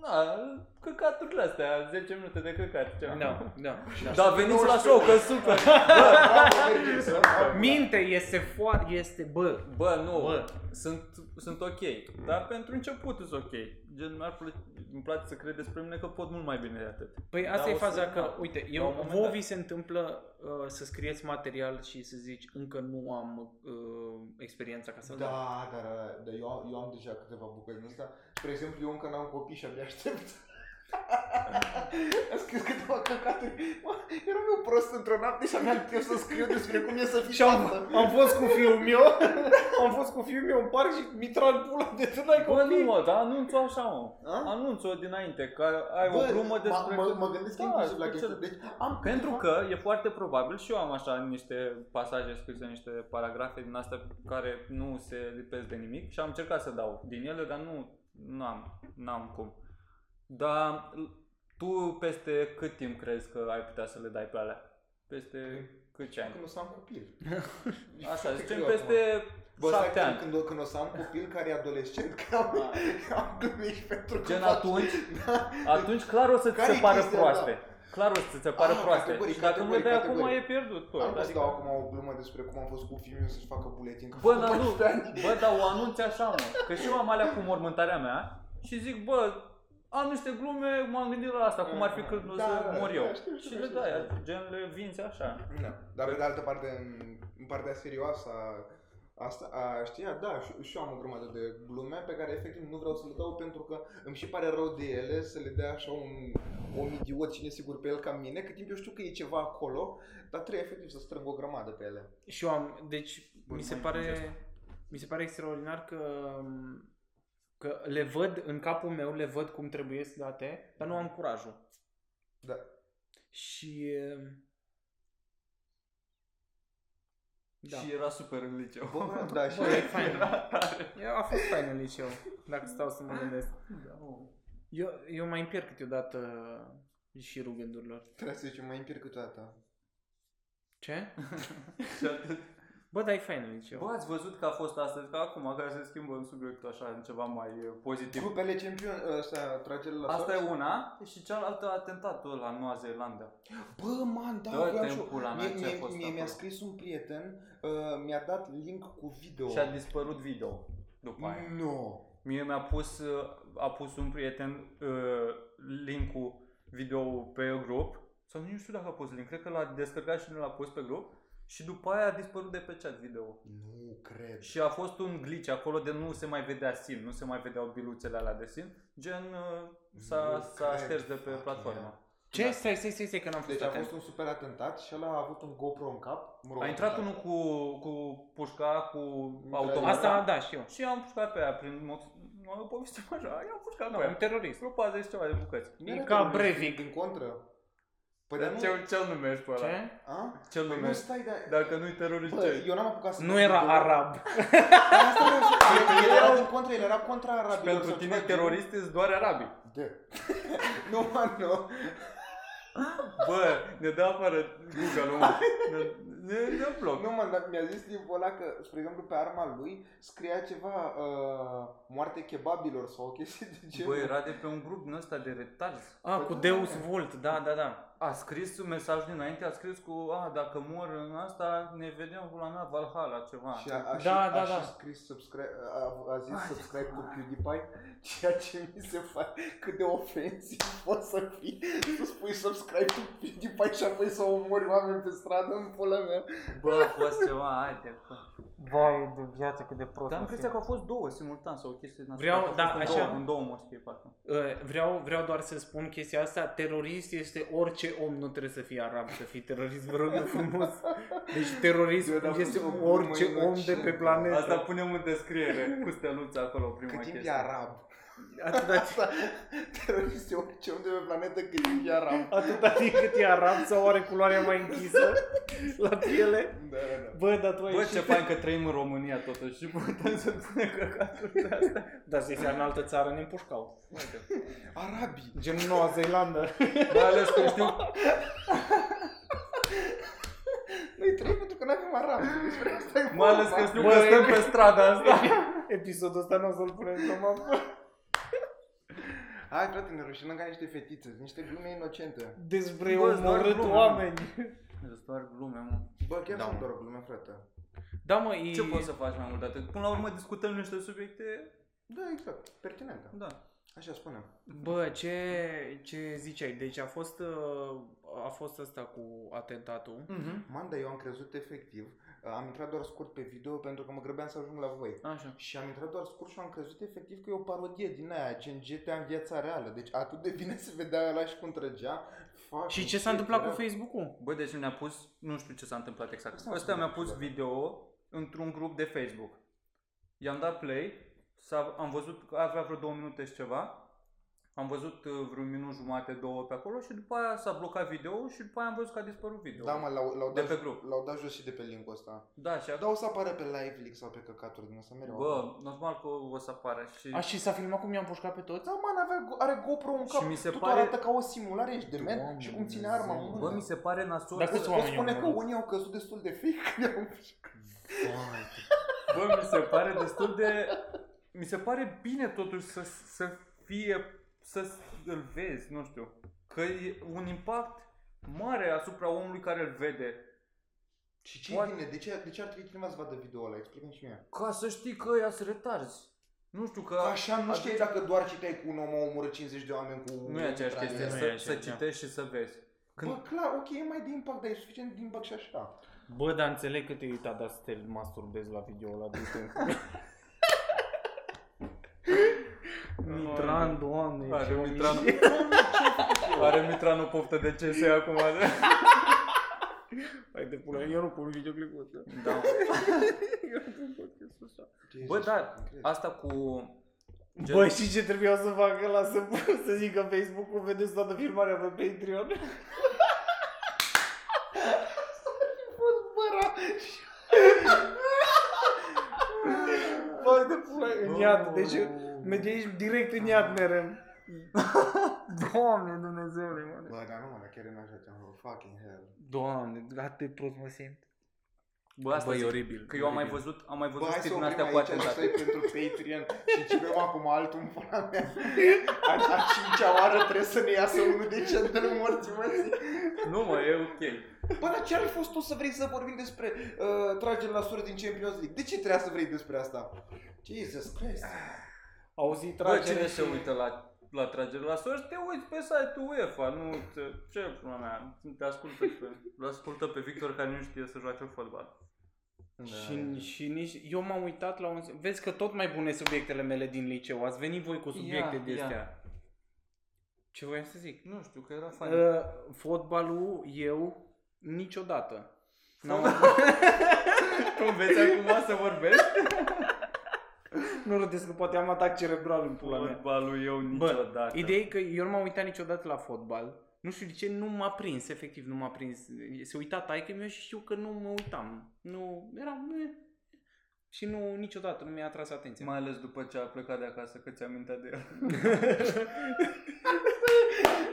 Speaker 3: na, căcaturile astea, 10 minute de căcat, ce
Speaker 1: Da, da.
Speaker 3: Da, veniți la show, că super!
Speaker 2: Da, Bravo, Virgil, să-
Speaker 1: Minte este foarte, este, bă,
Speaker 3: Bă, nu,
Speaker 1: Bă.
Speaker 3: Bă. Sunt, sunt ok, dar pentru început sunt ok. Gen, mi-ar plă- îmi place să cred despre mine că pot mult mai bine de atât.
Speaker 1: păi asta
Speaker 3: Da,
Speaker 1: e
Speaker 3: o să-
Speaker 1: faza că,
Speaker 3: da.
Speaker 1: uite,
Speaker 3: La
Speaker 1: eu,
Speaker 3: un moment
Speaker 1: vouă
Speaker 3: dat.
Speaker 1: vi se întâmplă uh, să scrieți material și să zici încă nu am uh, experiența ca să-l dau.
Speaker 2: Da, da, da, da, dar eu, am- eu am deja câteva bucăți din asta. Spre exemplu, eu încă n-am copii și abia aștept. Am scris câteva căcaturi. Mă, eram eu prost într-o noapte și aveam timp să scriu despre cum e să fii
Speaker 1: Și am,
Speaker 2: tată.
Speaker 1: am fost cu fiul meu, am fost cu fiul meu în parc și mitral pula de tu n-ai
Speaker 3: Bă, nu
Speaker 1: copii.
Speaker 3: mă, dar anunț-o așa, mă.
Speaker 2: A?
Speaker 3: Anunț-o dinainte, că ai
Speaker 2: Bă,
Speaker 3: o glumă
Speaker 2: mă-
Speaker 3: despre...
Speaker 2: mă,
Speaker 3: că-
Speaker 2: mă gândesc
Speaker 3: Da,
Speaker 2: inclusiv la
Speaker 3: cu
Speaker 2: chestia.
Speaker 3: ce-
Speaker 2: Deci, am
Speaker 3: Pentru
Speaker 2: câteva-
Speaker 3: că e foarte probabil și eu am așa niște pasaje scrise, niște paragrafe din astea care nu se lipesc de nimic și am încercat să dau din ele, dar nu n-am, n-am cum. Dar l- tu peste cât timp crezi că ai putea să le dai pe alea? Peste câți ani?
Speaker 2: Când o să am copil. Deci,
Speaker 3: Așa,
Speaker 2: Păi, foarte
Speaker 3: zicem
Speaker 2: greu acum.
Speaker 3: peste
Speaker 2: Bă,
Speaker 3: șapte
Speaker 2: stai,
Speaker 3: ani.
Speaker 2: când, când, o, când o să am copil care e adolescent, că am, am glumit pentru că
Speaker 3: Gen
Speaker 2: fac-
Speaker 3: atunci,
Speaker 2: Da.
Speaker 3: atunci clar o să-ți
Speaker 2: Care
Speaker 3: se
Speaker 2: e
Speaker 3: pară
Speaker 2: chestia,
Speaker 3: proaste. Clar o să ți se pară
Speaker 2: Ah,
Speaker 3: proaste.
Speaker 2: categoric,
Speaker 3: Și dacă nu le dai
Speaker 2: categoric,
Speaker 3: acum
Speaker 2: categoric.
Speaker 3: e pierdut. păi. Tot.
Speaker 2: Am vrut să dau acum o glumă despre cum am fost cu fiul meu să-și facă buletin. că
Speaker 3: Bă,
Speaker 2: fac
Speaker 3: dar nu,
Speaker 2: 14 ani.
Speaker 3: bă, dar o anunț așa, mă, că și eu am alea cu mormântarea mea și zic, bă, am niște glume, m-am gândit la asta, cum ar fi când o
Speaker 2: Da,
Speaker 3: să
Speaker 2: da,
Speaker 3: mor
Speaker 2: da,
Speaker 3: eu.
Speaker 2: știu, știu,
Speaker 3: Și le
Speaker 2: știu,
Speaker 3: dai,
Speaker 2: știu.
Speaker 3: gen, le vinzi așa.
Speaker 2: Da. Dar pe de altă parte, în, în partea serioasă a, asta, a știa, da, și, și eu am o grămadă de glume pe care efectiv nu vreau să le dau pentru că îmi și pare rău de ele să le dea așa un om idiot cine sigur pe el ca mine, cât timp eu știu că e ceva acolo, dar trebuie efectiv să strâng o grămadă pe ele.
Speaker 1: Și eu am, deci
Speaker 3: Bun,
Speaker 1: mi se
Speaker 3: mai
Speaker 1: pare
Speaker 3: înțeles.
Speaker 1: mi se pare extraordinar că că le văd în capul meu, le văd cum trebuie să date, dar nu am curajul.
Speaker 2: Da.
Speaker 1: Și da.
Speaker 3: Și era super în liceu.
Speaker 2: Bă, da, și
Speaker 1: Bă, e fain. A fost fain în liceu, dacă stau să mă gândesc.
Speaker 3: Da, mă.
Speaker 1: Eu, eu mai îmi pierd câteodată și gândurilor.
Speaker 2: trebuie să zicem mai împir câteodată.
Speaker 1: Ce?
Speaker 3: Și atât.
Speaker 1: Bă, dar e fain în liceu.
Speaker 3: Bă, ați văzut că a fost astăzi, că acum, care se schimbă în subiectul așa, în ceva mai eh, pozitiv.
Speaker 2: Grupele Champion, ăsta, tragele la
Speaker 3: Asta
Speaker 2: sorți?
Speaker 3: e una și cealaltă atentatul ăla în Noua Zeelandă.
Speaker 2: Bă, man, da,
Speaker 3: Dă-te
Speaker 2: vreau
Speaker 3: în
Speaker 2: și eu.
Speaker 3: pula mea
Speaker 2: Mie,
Speaker 3: ce a
Speaker 2: mie,
Speaker 3: fost
Speaker 2: mie
Speaker 3: acolo.
Speaker 2: mi-a scris un prieten, uh, mi-a dat link cu video.
Speaker 3: Și a dispărut video după aia.
Speaker 2: Nu. No.
Speaker 3: Mie mi-a pus, uh, a pus un prieten uh, link-ul video pe grup sau nu știu dacă a pus link, cred că l-a descărcat și nu l-a pus pe grup și după aia a dispărut de pe chat video.
Speaker 2: Nu cred.
Speaker 3: Și a fost un glitch acolo de nu se mai vedea sim, nu se mai vedeau biluțele alea de sim, gen uh, s-a,
Speaker 2: Nu
Speaker 3: s-a
Speaker 2: cred,
Speaker 3: șters de pe
Speaker 2: fuck yeah.
Speaker 3: platformă.
Speaker 1: Ce?
Speaker 2: Da.
Speaker 1: Stai, stai, stai, stai, că n-am fost
Speaker 2: Deci a
Speaker 1: atent.
Speaker 2: fost un super atentat și ăla a avut un GoPro în cap. Mă rog, da.
Speaker 3: A intrat
Speaker 2: atentat.
Speaker 3: unul cu, cu pușca, cu automat.
Speaker 1: Asta, da, și eu.
Speaker 3: Și am pușcat pe aia prin mod... Nu am povestit așa, i-am pușcat pe
Speaker 1: Un
Speaker 3: aia.
Speaker 1: terorist.
Speaker 3: Rupa 10 ceva de bucăți.
Speaker 2: Nu era
Speaker 1: E ca
Speaker 2: terorist,
Speaker 1: Breivik.
Speaker 2: Din contră. Păi dar nu...
Speaker 3: Ce, ce nume ești pe ăla?
Speaker 1: Ce?
Speaker 2: A?
Speaker 3: Ce
Speaker 2: Păi
Speaker 3: nume
Speaker 2: nu
Speaker 3: ești?
Speaker 2: stai, dar...
Speaker 3: Dacă nu-i terorist,
Speaker 2: Bă,
Speaker 3: ce
Speaker 2: eu n-am apucat să...
Speaker 1: Nu era
Speaker 2: Bă,
Speaker 1: arab.
Speaker 2: dar Asta vreau să... El, el era din contră, el era contra arabilor.
Speaker 3: Pentru
Speaker 2: sau
Speaker 3: tine
Speaker 2: ceva,
Speaker 3: terorist sunt doar arabii.
Speaker 2: gen- Da. nu, mă, nu.
Speaker 3: Bă, ne dă afară Google-ul, mă. Ne, ne, ne bloc.
Speaker 2: Nu, mă, dar mi-a zis tipul ăla că, spre exemplu, pe arma lui scria ceva uh, moarte kebabilor sau o chestie de genul.
Speaker 3: Bă, era de pe un grup din ăsta de retarzi.
Speaker 1: A, cu Deus Vult, da, da, da.
Speaker 3: A scris un mesaj dinainte, a scris cu, a, dacă mor în asta, ne vedem pula mea Valhalla, ceva.
Speaker 2: Și a, a, și,
Speaker 1: Da,
Speaker 2: a,
Speaker 1: da,
Speaker 2: și
Speaker 1: da.
Speaker 2: scris subscribe, a, a zis subscribe cu PewDiePie, ceea ce mi se face cât de ofensiv poți să fii. Tu spui subscribe cu PewDiePie și apoi să omori oameni pe stradă în pula mea.
Speaker 3: Bă, a fost ceva, haide, bă.
Speaker 1: Vai, de viață cât de prost.
Speaker 3: Dar am crezut că au fost două simultan sau o chestie din asta.
Speaker 1: Vreau-
Speaker 3: Că au
Speaker 1: da,
Speaker 3: fost în
Speaker 1: așa.
Speaker 3: Două, în două moschei, parcă.
Speaker 1: Ă, vreau, vreau doar să spun chestia asta. Terorist este orice om, nu trebuie să fie arab să fii terorist, vă rog eu frumos. Deci terorist
Speaker 2: Eu, dar a
Speaker 1: este
Speaker 2: fost o glumă
Speaker 1: orice om de
Speaker 2: inocentă.
Speaker 1: pe planetă.
Speaker 3: Asta punem în descriere, cu steluța acolo, prima
Speaker 2: Cât timp
Speaker 3: chestie.
Speaker 2: e arab.
Speaker 1: Atâta,
Speaker 2: Asta, terorist e orice om de pe planetă cât timp e arab.
Speaker 1: atâta timp cât e arab sau are culoarea mai închisă la piele.
Speaker 2: Da, da, da.
Speaker 1: Bă, dar tu ai
Speaker 3: Bă,
Speaker 1: ieșit-
Speaker 3: ce fain că trăim în România totuși și putem să punem căcaturile astea.
Speaker 1: Dar să în altă țară ne împușcau.
Speaker 3: Uite.
Speaker 2: Arabii.
Speaker 1: Gen Noua Zeelandă.
Speaker 3: Mai ales că știu,
Speaker 2: Noi trăim pentru că nu avem arabi. Despre asta e
Speaker 3: mai ales că
Speaker 2: vorba.
Speaker 3: știu
Speaker 1: Bă,
Speaker 3: că
Speaker 1: e-
Speaker 3: stăm pe strada asta.
Speaker 1: Episodul ăsta nu o să-l punem pe mapă.
Speaker 2: Hai, frate, ne rușinăm ca niște fetițe, niște glume inocente.
Speaker 1: Despre
Speaker 3: Bă, doar
Speaker 1: omorât
Speaker 3: glumă.
Speaker 1: oameni.
Speaker 3: Sunt doar glume, mă.
Speaker 2: Bă, chiar
Speaker 1: Da,
Speaker 2: sunt
Speaker 1: mă.
Speaker 2: doar glume, frate.
Speaker 1: Da, mă, e...
Speaker 3: Ce poți să faci mai mult de atât? Până la urmă discutăm niște subiecte,
Speaker 2: Da, exact. Pertinentă.
Speaker 3: da.
Speaker 2: Așa spunem.
Speaker 1: Bă, ce, ce ziceai? Deci a fost, uh, a fost asta cu atentatul.
Speaker 3: Mhm.
Speaker 2: Manda, eu am crezut efectiv. uh, Am intrat doar scurt pe video pentru că mă grăbeam să ajung la voi.
Speaker 3: Așa.
Speaker 2: Și am intrat doar scurt și am crezut efectiv că e o parodie din aia, gen GTA în viața reală. Deci atât de bine se vedea ăla și cum trăgea. Fuck,
Speaker 1: Și ce
Speaker 2: shit,
Speaker 1: s-a întâmplat
Speaker 2: era-
Speaker 1: cu Facebook-ul?
Speaker 3: Bă, deci mi-a pus, nu știu ce s-a întâmplat exact.
Speaker 2: s-a
Speaker 3: Ăsta mi-a
Speaker 2: întâmplat?
Speaker 3: pus video într-un grup de Facebook. I-am dat play, s-a, am văzut că avea vreo două minute și ceva. Am văzut uh, vreun minut jumate, două pe acolo și după aia s-a blocat video și după aia am văzut că a dispărut video.
Speaker 2: Da, mă, l-au, l-au,
Speaker 3: de
Speaker 2: dat,
Speaker 3: pe grup.
Speaker 2: l-au dat jos și de pe linkul ăsta.
Speaker 3: Da, și
Speaker 2: Da,
Speaker 3: acum,
Speaker 2: o să apară pe live leak sau pe căcaturi din asta mereu.
Speaker 3: bă, normal că o să apară și...
Speaker 1: A, și s-a filmat cum i-am pușcat pe toți?
Speaker 2: Da, man, avea, are GoPro în cap.
Speaker 3: Și mi se
Speaker 2: Totul
Speaker 3: pare-
Speaker 2: arată ca o simulare, ești de
Speaker 1: Doamne
Speaker 2: men și cum ține arma în
Speaker 1: Dumnezeu.
Speaker 3: Bă,
Speaker 2: mână.
Speaker 3: mi se pare nasol.
Speaker 1: Dacă-
Speaker 2: Pot-
Speaker 1: Câți
Speaker 2: pot
Speaker 1: oameni
Speaker 2: spune
Speaker 1: au
Speaker 2: că
Speaker 1: murit?
Speaker 2: unii au căzut destul de fake că ne-au-
Speaker 3: Bă, mi se pare destul de... Mi se pare bine totuși să, să fie... să îl vezi, nu știu. Că e un impact mare asupra omului care îl vede.
Speaker 2: Și ce
Speaker 3: Poate-
Speaker 2: e bine? De ce, de ce ar trebui cineva să vadă video ăla? Explică-mi și mie.
Speaker 3: Ca să știi că ea se retarzi. Nu știu că...
Speaker 2: Da, Așa nu știi dacă doar citeai cu un om a omorât 50 de oameni cu...
Speaker 3: Nu e aceeași chestie
Speaker 1: nu e
Speaker 3: să,
Speaker 1: aceeași,
Speaker 3: să
Speaker 1: da.
Speaker 3: citești și să vezi. Când-
Speaker 2: Când... Bă, clar, ok, e mai de impact, dar e suficient de impact și așa.
Speaker 1: Bă, dar înțeleg că te-ai uitat, dar să te masturbezi la video la du-te Mitran, doamne,
Speaker 3: Are
Speaker 1: ce om
Speaker 3: Mitran.
Speaker 1: ești.
Speaker 3: Are Mitran o poftă de CS acum.
Speaker 1: Hai de pula, eu nu pun videoclipul ăsta.
Speaker 3: Da.
Speaker 1: Eu nu pun podcastul ăsta.
Speaker 3: Bă,
Speaker 2: Jesus,
Speaker 3: da,
Speaker 2: incredibil.
Speaker 3: Asta cu... Gen-
Speaker 1: Bă, și ce trebuia să facă la să, să zică Facebook-ul, vedeți toată filmarea pe Patreon?
Speaker 2: Bă, zbăra!
Speaker 1: Bă, de pula, în iad, deci eu- mergeai direct în iad merem. Doamne Dumnezeule, mă.
Speaker 2: Bă, dar nu, mă, dar chiar e în așa, te-am fucking hell.
Speaker 1: Doamne, atât de prost mă simt.
Speaker 3: Bă, asta
Speaker 1: Bă, e
Speaker 3: zic,
Speaker 1: oribil.
Speaker 3: Că eu am mai
Speaker 1: oribil.
Speaker 3: văzut, am mai
Speaker 2: Bă,
Speaker 3: văzut
Speaker 2: hai
Speaker 3: chestii
Speaker 2: să
Speaker 3: din
Speaker 2: oprim
Speaker 3: astea cu
Speaker 2: aici,
Speaker 3: atentat.
Speaker 2: asta e pentru Patreon și cităm acum altul în pula mea. A, a cincea oară trebuie să ne iasă unul decent în morții, mă zic.
Speaker 3: Nu mă, e ok.
Speaker 2: Bă, dar ce ar fi fost tu să vrei să vorbim despre uh, trageri la sură din Champions League? De ce trebuia să vrei despre asta? Jesus Christ.
Speaker 1: Auzi,
Speaker 3: Bă,
Speaker 1: tragere
Speaker 3: cine
Speaker 1: și-
Speaker 3: se uită la, la tragere la sorți? Te uiți pe site-ul UEFA, nu te, ce pula mea, te ascultă pe, îl ascultă pe Victor care nu știe să joace fotbal. Da.
Speaker 1: Și, și nici, eu m-am uitat la un... Vezi că tot mai bune subiectele mele din liceu. Ați venit voi cu subiecte
Speaker 3: Ia,
Speaker 1: de
Speaker 3: ia.
Speaker 1: astea. Ce voiam să zic?
Speaker 3: Nu știu, că era fain. Uh,
Speaker 1: Uh, fotbalul, eu, niciodată. N-am,
Speaker 3: tu înveți acum să vorbești?
Speaker 1: nu râdeți că poate am atac cerebral în pula mea.
Speaker 3: Fotbalul eu niciodată.
Speaker 1: Ideea e că eu nu m-am uitat niciodată la fotbal. Nu știu de ce, nu m-a prins, efectiv nu m-a prins. Se uita taică meu și știu că nu mă uitam. Nu, eram... eh. Și nu, niciodată nu mi-a atras atenția.
Speaker 3: Mai ales după ce a plecat de acasă, că ți-am mintea de el.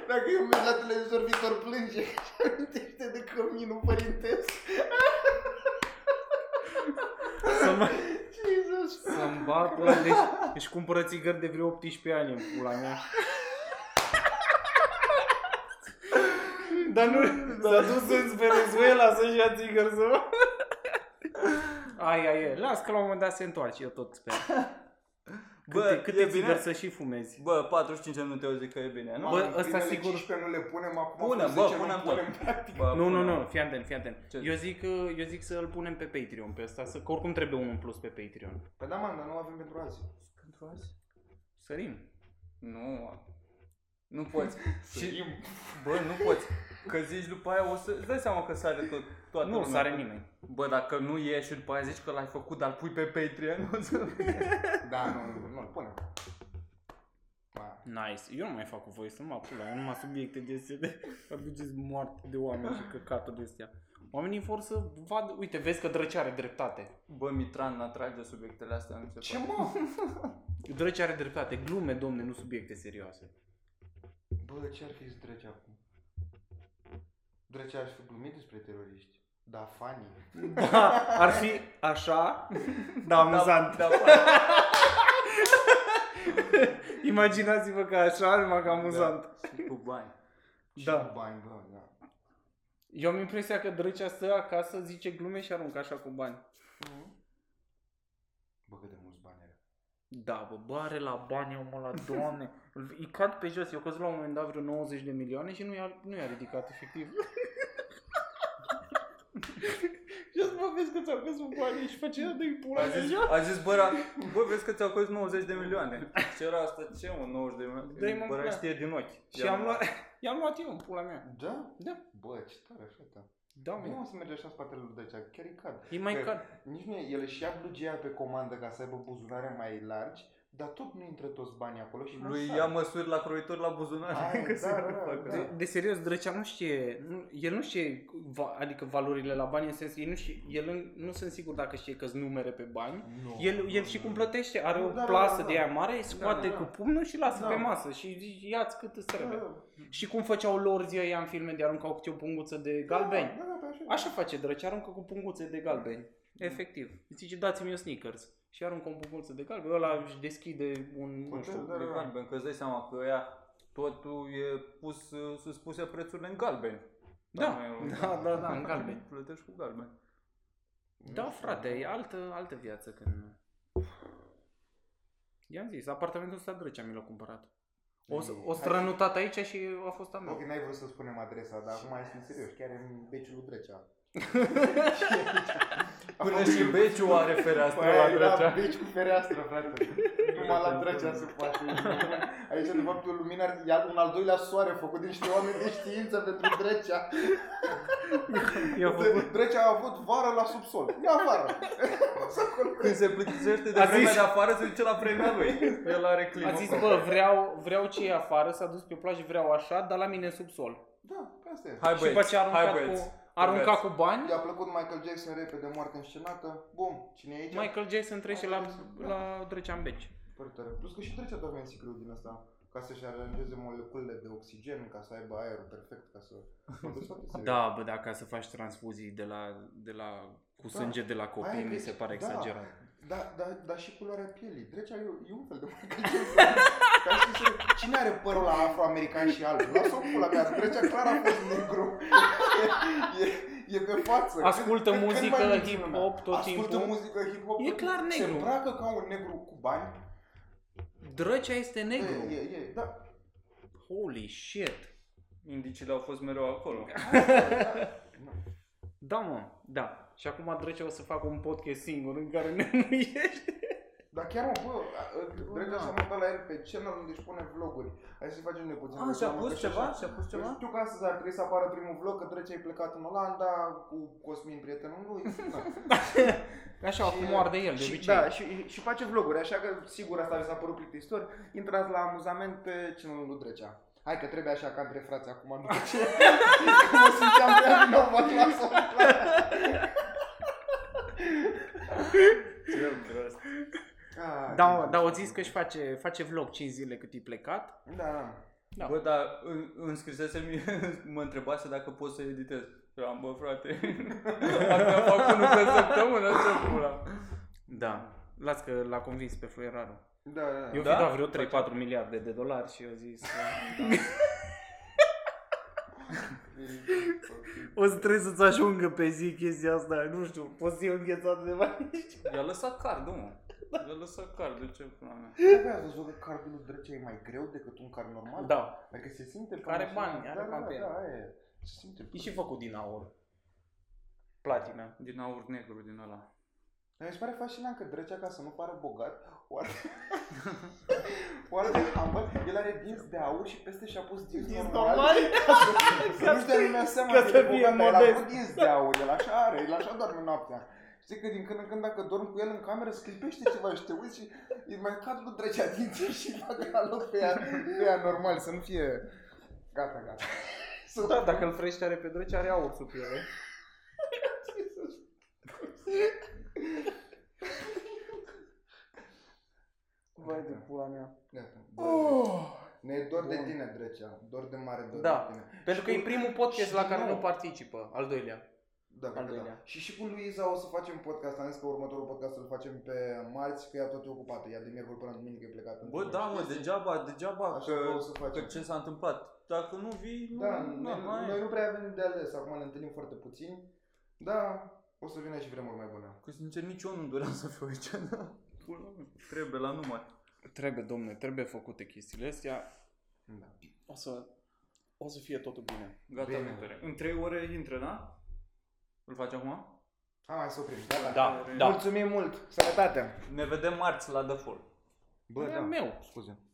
Speaker 2: Dacă eu merg la televizor, Victor plânge și amintește de căminul părintesc.
Speaker 1: Să mă...
Speaker 2: Jesus!
Speaker 1: Să-mi bat ăla, deci, deci cumpără țigări de vreo 18 ani în pula mea. Dar nu, s-a dus în Venezuela să-și ia țigări să mă... Aia e, las că la un moment dat se întoarce, eu tot sper.
Speaker 3: Bă,
Speaker 1: Câte, câte
Speaker 3: e bine?
Speaker 1: țigări să și fumezi?
Speaker 3: Bă, 45 de minute eu zic că e bine, nu?
Speaker 1: Bă, ăsta sigur-
Speaker 2: că nu le punem acum.
Speaker 3: Punem,
Speaker 2: acum
Speaker 3: bă,
Speaker 2: 10 nu
Speaker 3: punem tot.
Speaker 2: practic.
Speaker 3: Bă,
Speaker 1: Nu, nu,
Speaker 3: Da, până-
Speaker 1: nu, fii atent, fii atent.
Speaker 3: Ce?
Speaker 1: Eu zic, uh, eu zic să-l punem pe Patreon pe ăsta, să, că oricum trebuie unul în plus pe Patreon.
Speaker 2: Păi da, man, dar nu avem pentru azi.
Speaker 3: Pentru azi?
Speaker 1: Sărim.
Speaker 3: Nu, nu poți.
Speaker 2: Și...
Speaker 3: Bă, nu poți. Că zici după aia o să... Îți dai seama că sare tot, toată
Speaker 1: Nu,
Speaker 3: lumea.
Speaker 1: sare nimeni.
Speaker 3: Bă, dacă nu ieși și după aia zici că l-ai făcut, dar îl pui pe Patreon, o să...
Speaker 2: Da, nu, nu, punem. Ba.
Speaker 1: Nice. Eu nu mai fac cu voi, să mă apula, eu numai subiecte de astea de aduceți moarte de oameni și căcatul de astea. Oamenii vor să vadă, uite, vezi că Drăcea are dreptate.
Speaker 3: Bă, Mitran atrage subiectele astea, nu se
Speaker 2: Ce
Speaker 3: poate.
Speaker 2: mă?
Speaker 1: Drăcea are dreptate, glume, domne, nu subiecte serioase.
Speaker 2: Bă, ce ar fi să trece acum? Drăcea ar fi glumit despre teroriști. Da, funny.
Speaker 1: Da, ar fi așa, da, amuzant.
Speaker 3: Da,
Speaker 1: Da,
Speaker 3: da,
Speaker 1: Imaginați-vă că așa, numai că amuzant. Da.
Speaker 3: da. Și cu bani.
Speaker 2: Și
Speaker 1: Da.
Speaker 2: cu Bani, bă, da.
Speaker 1: Eu am impresia că Drăcea stă acasă, zice glume și aruncă așa cu bani.
Speaker 2: Bă, cât de mulți bani are.
Speaker 1: Da, bă, bă, are la bani omul ăla, doamne. Îl- Îi cad pe jos, eu căzut la un moment dat vreo 90 de milioane și nu i-a, nu i-a ridicat efectiv. și azi mă vezi că ți-au căzut banii și face de i pula
Speaker 3: A zis,
Speaker 1: deja.
Speaker 3: a zis bă, ra- bă, vezi că ți-au costat 90 de milioane. Ce era asta? Ce, mă, 90 de
Speaker 1: Dă-i, mă,
Speaker 3: milioane? Bă, ra
Speaker 1: pula.
Speaker 3: știe din ochi.
Speaker 1: Și am luat, i-am luat eu în pula mea.
Speaker 2: Da?
Speaker 1: Da.
Speaker 2: Bă, ce tare, fata.
Speaker 1: Da,
Speaker 2: Nu
Speaker 1: mă.
Speaker 2: o să merge așa în spatele lui Drăcea, chiar îi cad.
Speaker 1: E mai
Speaker 2: Că-
Speaker 1: cad.
Speaker 2: Nici nu e, el își ia blugia pe comandă ca să aibă buzunare mai largi, dar tot nu intră toți banii acolo și mai
Speaker 3: Lui
Speaker 2: sar.
Speaker 3: ia măsuri la croitor la buzunar.
Speaker 2: Ai,
Speaker 3: că
Speaker 2: da,
Speaker 3: se
Speaker 2: da,
Speaker 3: nu
Speaker 2: da,
Speaker 3: facă.
Speaker 2: da.
Speaker 1: De, de serios, Drăcea nu știe, nu, el nu știe, va, adică valorile la bani, în sens, el nu, știe, el nu- nu sunt sigur dacă știe că numere pe bani,
Speaker 2: Nu, nu,
Speaker 1: El, el
Speaker 2: nu,
Speaker 1: și
Speaker 2: nu.
Speaker 1: cum plătește, are
Speaker 2: Da,
Speaker 1: o
Speaker 2: da, da,
Speaker 1: plasă
Speaker 2: da.
Speaker 1: de aia mare, îi scoate
Speaker 2: Da, da, da.
Speaker 1: cu pumnul și lasă
Speaker 2: Da.
Speaker 1: pe masă și zici, ia-ți cât îți
Speaker 2: Da,
Speaker 1: trebuie.
Speaker 2: da,
Speaker 1: Și cum făceau lorzii ăia în filme de aruncau câte o punguță de galbeni.
Speaker 2: Da, da, da, pe
Speaker 1: Așa face drăci, aruncă cu punguțe de galbeni. Efectiv. Îi zice, dați-mi eu sneakers. Și aruncă o punguță de galbeni, ăla își deschide un,
Speaker 2: Bă,
Speaker 1: nu știu,
Speaker 2: da, da,
Speaker 3: De
Speaker 2: da.
Speaker 3: galben, că îți dai seama că ea totul e pus, uh, sus puse prețurile în galben.
Speaker 1: Da,
Speaker 3: Dar nu e-
Speaker 1: da, da, da, în galben.
Speaker 3: Plătești cu galben.
Speaker 1: Da, frate, e altă, altă viață când... I-am zis, apartamentul ăsta drăcea mi l-a cumpărat. O, s- o
Speaker 2: Hai.
Speaker 1: strănutat aici și a fost a mea.
Speaker 2: Ok, n-ai vrut să spunem adresa, dar acum ai sunt serios, chiar e în beciul lui Drăcea.
Speaker 3: Până și Beciu are fereastră
Speaker 2: Păi,
Speaker 1: da.
Speaker 3: la
Speaker 2: era
Speaker 3: drăcea.
Speaker 2: beci cu fereastră, frate. Numai la Drăcea se poate. Aici, de fapt, e o lumină, e un al doilea soare făcut de niște oameni de știință pentru Drăcea.
Speaker 1: I-a făcut
Speaker 2: Drăcea a avut vară la subsol. Ia vară!
Speaker 3: Când se plictisește de
Speaker 1: A
Speaker 3: vremea
Speaker 1: zis-
Speaker 3: de afară, se duce la vremea lui. El are climă.
Speaker 1: A zis, bă, vreau, vreau ce e afară, s-a dus pe plajă, vreau așa, dar la mine în subsol.
Speaker 2: Da, pe asta e.
Speaker 3: Hai
Speaker 1: și după
Speaker 3: băieți,
Speaker 1: ce a
Speaker 3: hai
Speaker 1: aruncat
Speaker 3: băieți.
Speaker 1: cu, a aruncat
Speaker 3: băieți.
Speaker 1: cu bani,
Speaker 2: I-a plăcut Michael Jackson repede, moarte înscenată. Bum, cine e aici?
Speaker 1: Michael Jackson trece la, la Drăcea în beci.
Speaker 2: Foarte tare. Plus că și trece doar în sicreu din asta ca să-și aranjeze moleculele de oxigen, ca să aibă aerul perfect, ca să... Mă duc foarte serios.
Speaker 1: Da, bă, dacă să faci transfuzii de la, de la, cu
Speaker 2: Da.
Speaker 1: sânge de la copii,
Speaker 2: Aia
Speaker 1: mi
Speaker 2: deci,
Speaker 1: se pare
Speaker 2: da.
Speaker 1: exagerat.
Speaker 2: Da, da, da, și culoarea pielii. Drecea e, e un fel de Michael Jackson. Ca și să, cine are părul la afroamerican și alb? Lasă-o pula mea, Drecea clar a fost negru. E, e, e pe față. Când-
Speaker 1: Ascultă
Speaker 2: când- când
Speaker 1: muzică,
Speaker 2: mai minți lumea?
Speaker 1: hip-hop tot
Speaker 2: Ascultă
Speaker 1: timpul.
Speaker 2: muzică hip-hop
Speaker 1: E
Speaker 2: tot
Speaker 1: clar
Speaker 2: timpul. Se
Speaker 1: negru.
Speaker 2: îmbracă ca un negru cu bani.
Speaker 1: Drăcea este negru.
Speaker 2: E, e, e, da.
Speaker 1: Holy shit.
Speaker 3: Indicile au fost mereu acolo.
Speaker 1: Da, mă, da. Și acum Drăcea o să facă un podcast singur în care ne nuiește.
Speaker 2: Dar chiar mă, bă, a- a- Dragă
Speaker 1: Da.
Speaker 2: s-a mutat la el pe channel unde își pune vloguri. Hai să facem noi puțin
Speaker 3: A,
Speaker 1: Ah,
Speaker 2: reclamă,
Speaker 3: și-a
Speaker 2: că
Speaker 3: pus ceva?
Speaker 2: așa-
Speaker 3: Și-a pus
Speaker 2: Eu
Speaker 3: ceva?
Speaker 2: știu că astăzi ar trebui să apară primul vlog, că trece ai plecat în Olanda cu Cosmin, prietenul lui. Da.
Speaker 1: Așa,
Speaker 2: Și-
Speaker 1: acum moarde el, de
Speaker 2: și,
Speaker 1: obicei.
Speaker 2: Da, și, și face vloguri, așa că sigur asta vi s-a părut plictisitor. Intrați la amuzament pe channelul lui Drecea. Hai că trebuie așa ca între frați acum, după ce că mă simțeam prea vinovat la soare.
Speaker 3: Ce prost.
Speaker 2: Ah,
Speaker 1: Da, mă, dar o zis că își face, face vlog 5 zile cât e plecat.
Speaker 2: Da,
Speaker 1: Da.
Speaker 3: Bă, dar îmi- îmi scrisese, mă întrebase dacă pot să editez. Eu Am, bă, frate, abia fac unul pe săptămână, ce pula.
Speaker 1: Da. Las că l-a convins pe Fluierarul.
Speaker 2: da, da.
Speaker 1: Eu
Speaker 3: Da?
Speaker 1: da? fi dat vreo 3-4 miliarde de dolari și eu zis... o să trebuie să-ți ajungă pe zi chestia asta, nu știu, poți să iei o înghețată de bani.
Speaker 3: I-a lăsat cardul, mă. I-a lăsat cardul, ce pula mea.
Speaker 2: Da, ați văzut că cardul drăcea e mai greu decât un card normal?
Speaker 1: Da,
Speaker 2: Adică se simte pe
Speaker 1: Are
Speaker 2: mașină.
Speaker 1: bani, are
Speaker 2: da,
Speaker 1: bani
Speaker 2: da,
Speaker 1: pe
Speaker 2: da, aia e. Se simte
Speaker 1: e
Speaker 2: pe...
Speaker 1: și făcut din aur. Platina.
Speaker 3: Din aur negru, din ăla.
Speaker 2: Dar mi se pare fascinant că drăcea ca să nu pară bogat, oare... oare de hambar, el are dinți de aur și peste și-a pus dinți, normali. Să nu-și dea lumea seama
Speaker 1: ca
Speaker 2: că,
Speaker 1: să
Speaker 2: e
Speaker 1: fie
Speaker 2: bogat, dar el a avut
Speaker 1: modest.
Speaker 2: dinți de aur, el așa are, el așa doarme noaptea. Știi că din când în când dacă dorm cu el în cameră, sclipește ceva și te uiți și îi mai cad lui drăcea dinții și fac la loc pe ea, pe ea normal, să nu fie... Gata, gata. Să-
Speaker 1: Da, dacă îl frește are pe drăce, are aur sub eh? piele. Vai de pula mea.
Speaker 2: Gata. Ne e dor de
Speaker 1: Bun.
Speaker 2: tine, Drecea. Dor de mare dor
Speaker 1: Da.
Speaker 2: de tine.
Speaker 1: Pentru că e primul podcast
Speaker 2: și
Speaker 1: la care
Speaker 2: nu.
Speaker 1: nu participă, al doilea.
Speaker 2: Da,
Speaker 1: Al
Speaker 2: cred că da.
Speaker 1: doilea.
Speaker 2: Și și cu Luiza o să facem podcast. Am zis că următorul podcast îl facem pe marți, că ea tot e ocupată. Ea de miercuri până duminică e plecată.
Speaker 3: Bă, da, mă, degeaba, degeaba,
Speaker 2: Așa că o
Speaker 3: că,
Speaker 2: să
Speaker 3: că
Speaker 2: facem.
Speaker 3: ce s-a întâmplat. Dacă nu vii, nu,
Speaker 2: Da,
Speaker 3: nu,
Speaker 2: noi,
Speaker 3: mai
Speaker 2: noi
Speaker 3: e.
Speaker 2: nu prea avem de ales. Acum ne întâlnim foarte puțin. Da, o să vină și vremuri mai bune.
Speaker 3: Că sincer, nici eu nu doream să fiu aici. da. Pula mea. Trebuie la numai.
Speaker 1: Trebuie, domne, trebuie făcute chestiile astea.
Speaker 2: Da.
Speaker 1: O să, o să fie totul bine.
Speaker 3: Gata,
Speaker 2: Bine.
Speaker 3: mentore. În 3 ore intră, da? Îl faci acum?
Speaker 2: Hai, mai să oprim. Da, da.
Speaker 1: Da, da.
Speaker 2: Mulțumim mult. Sănătate.
Speaker 3: Ne vedem marți la The Fall.
Speaker 2: Bă, da.
Speaker 1: E al meu.
Speaker 2: Scuze.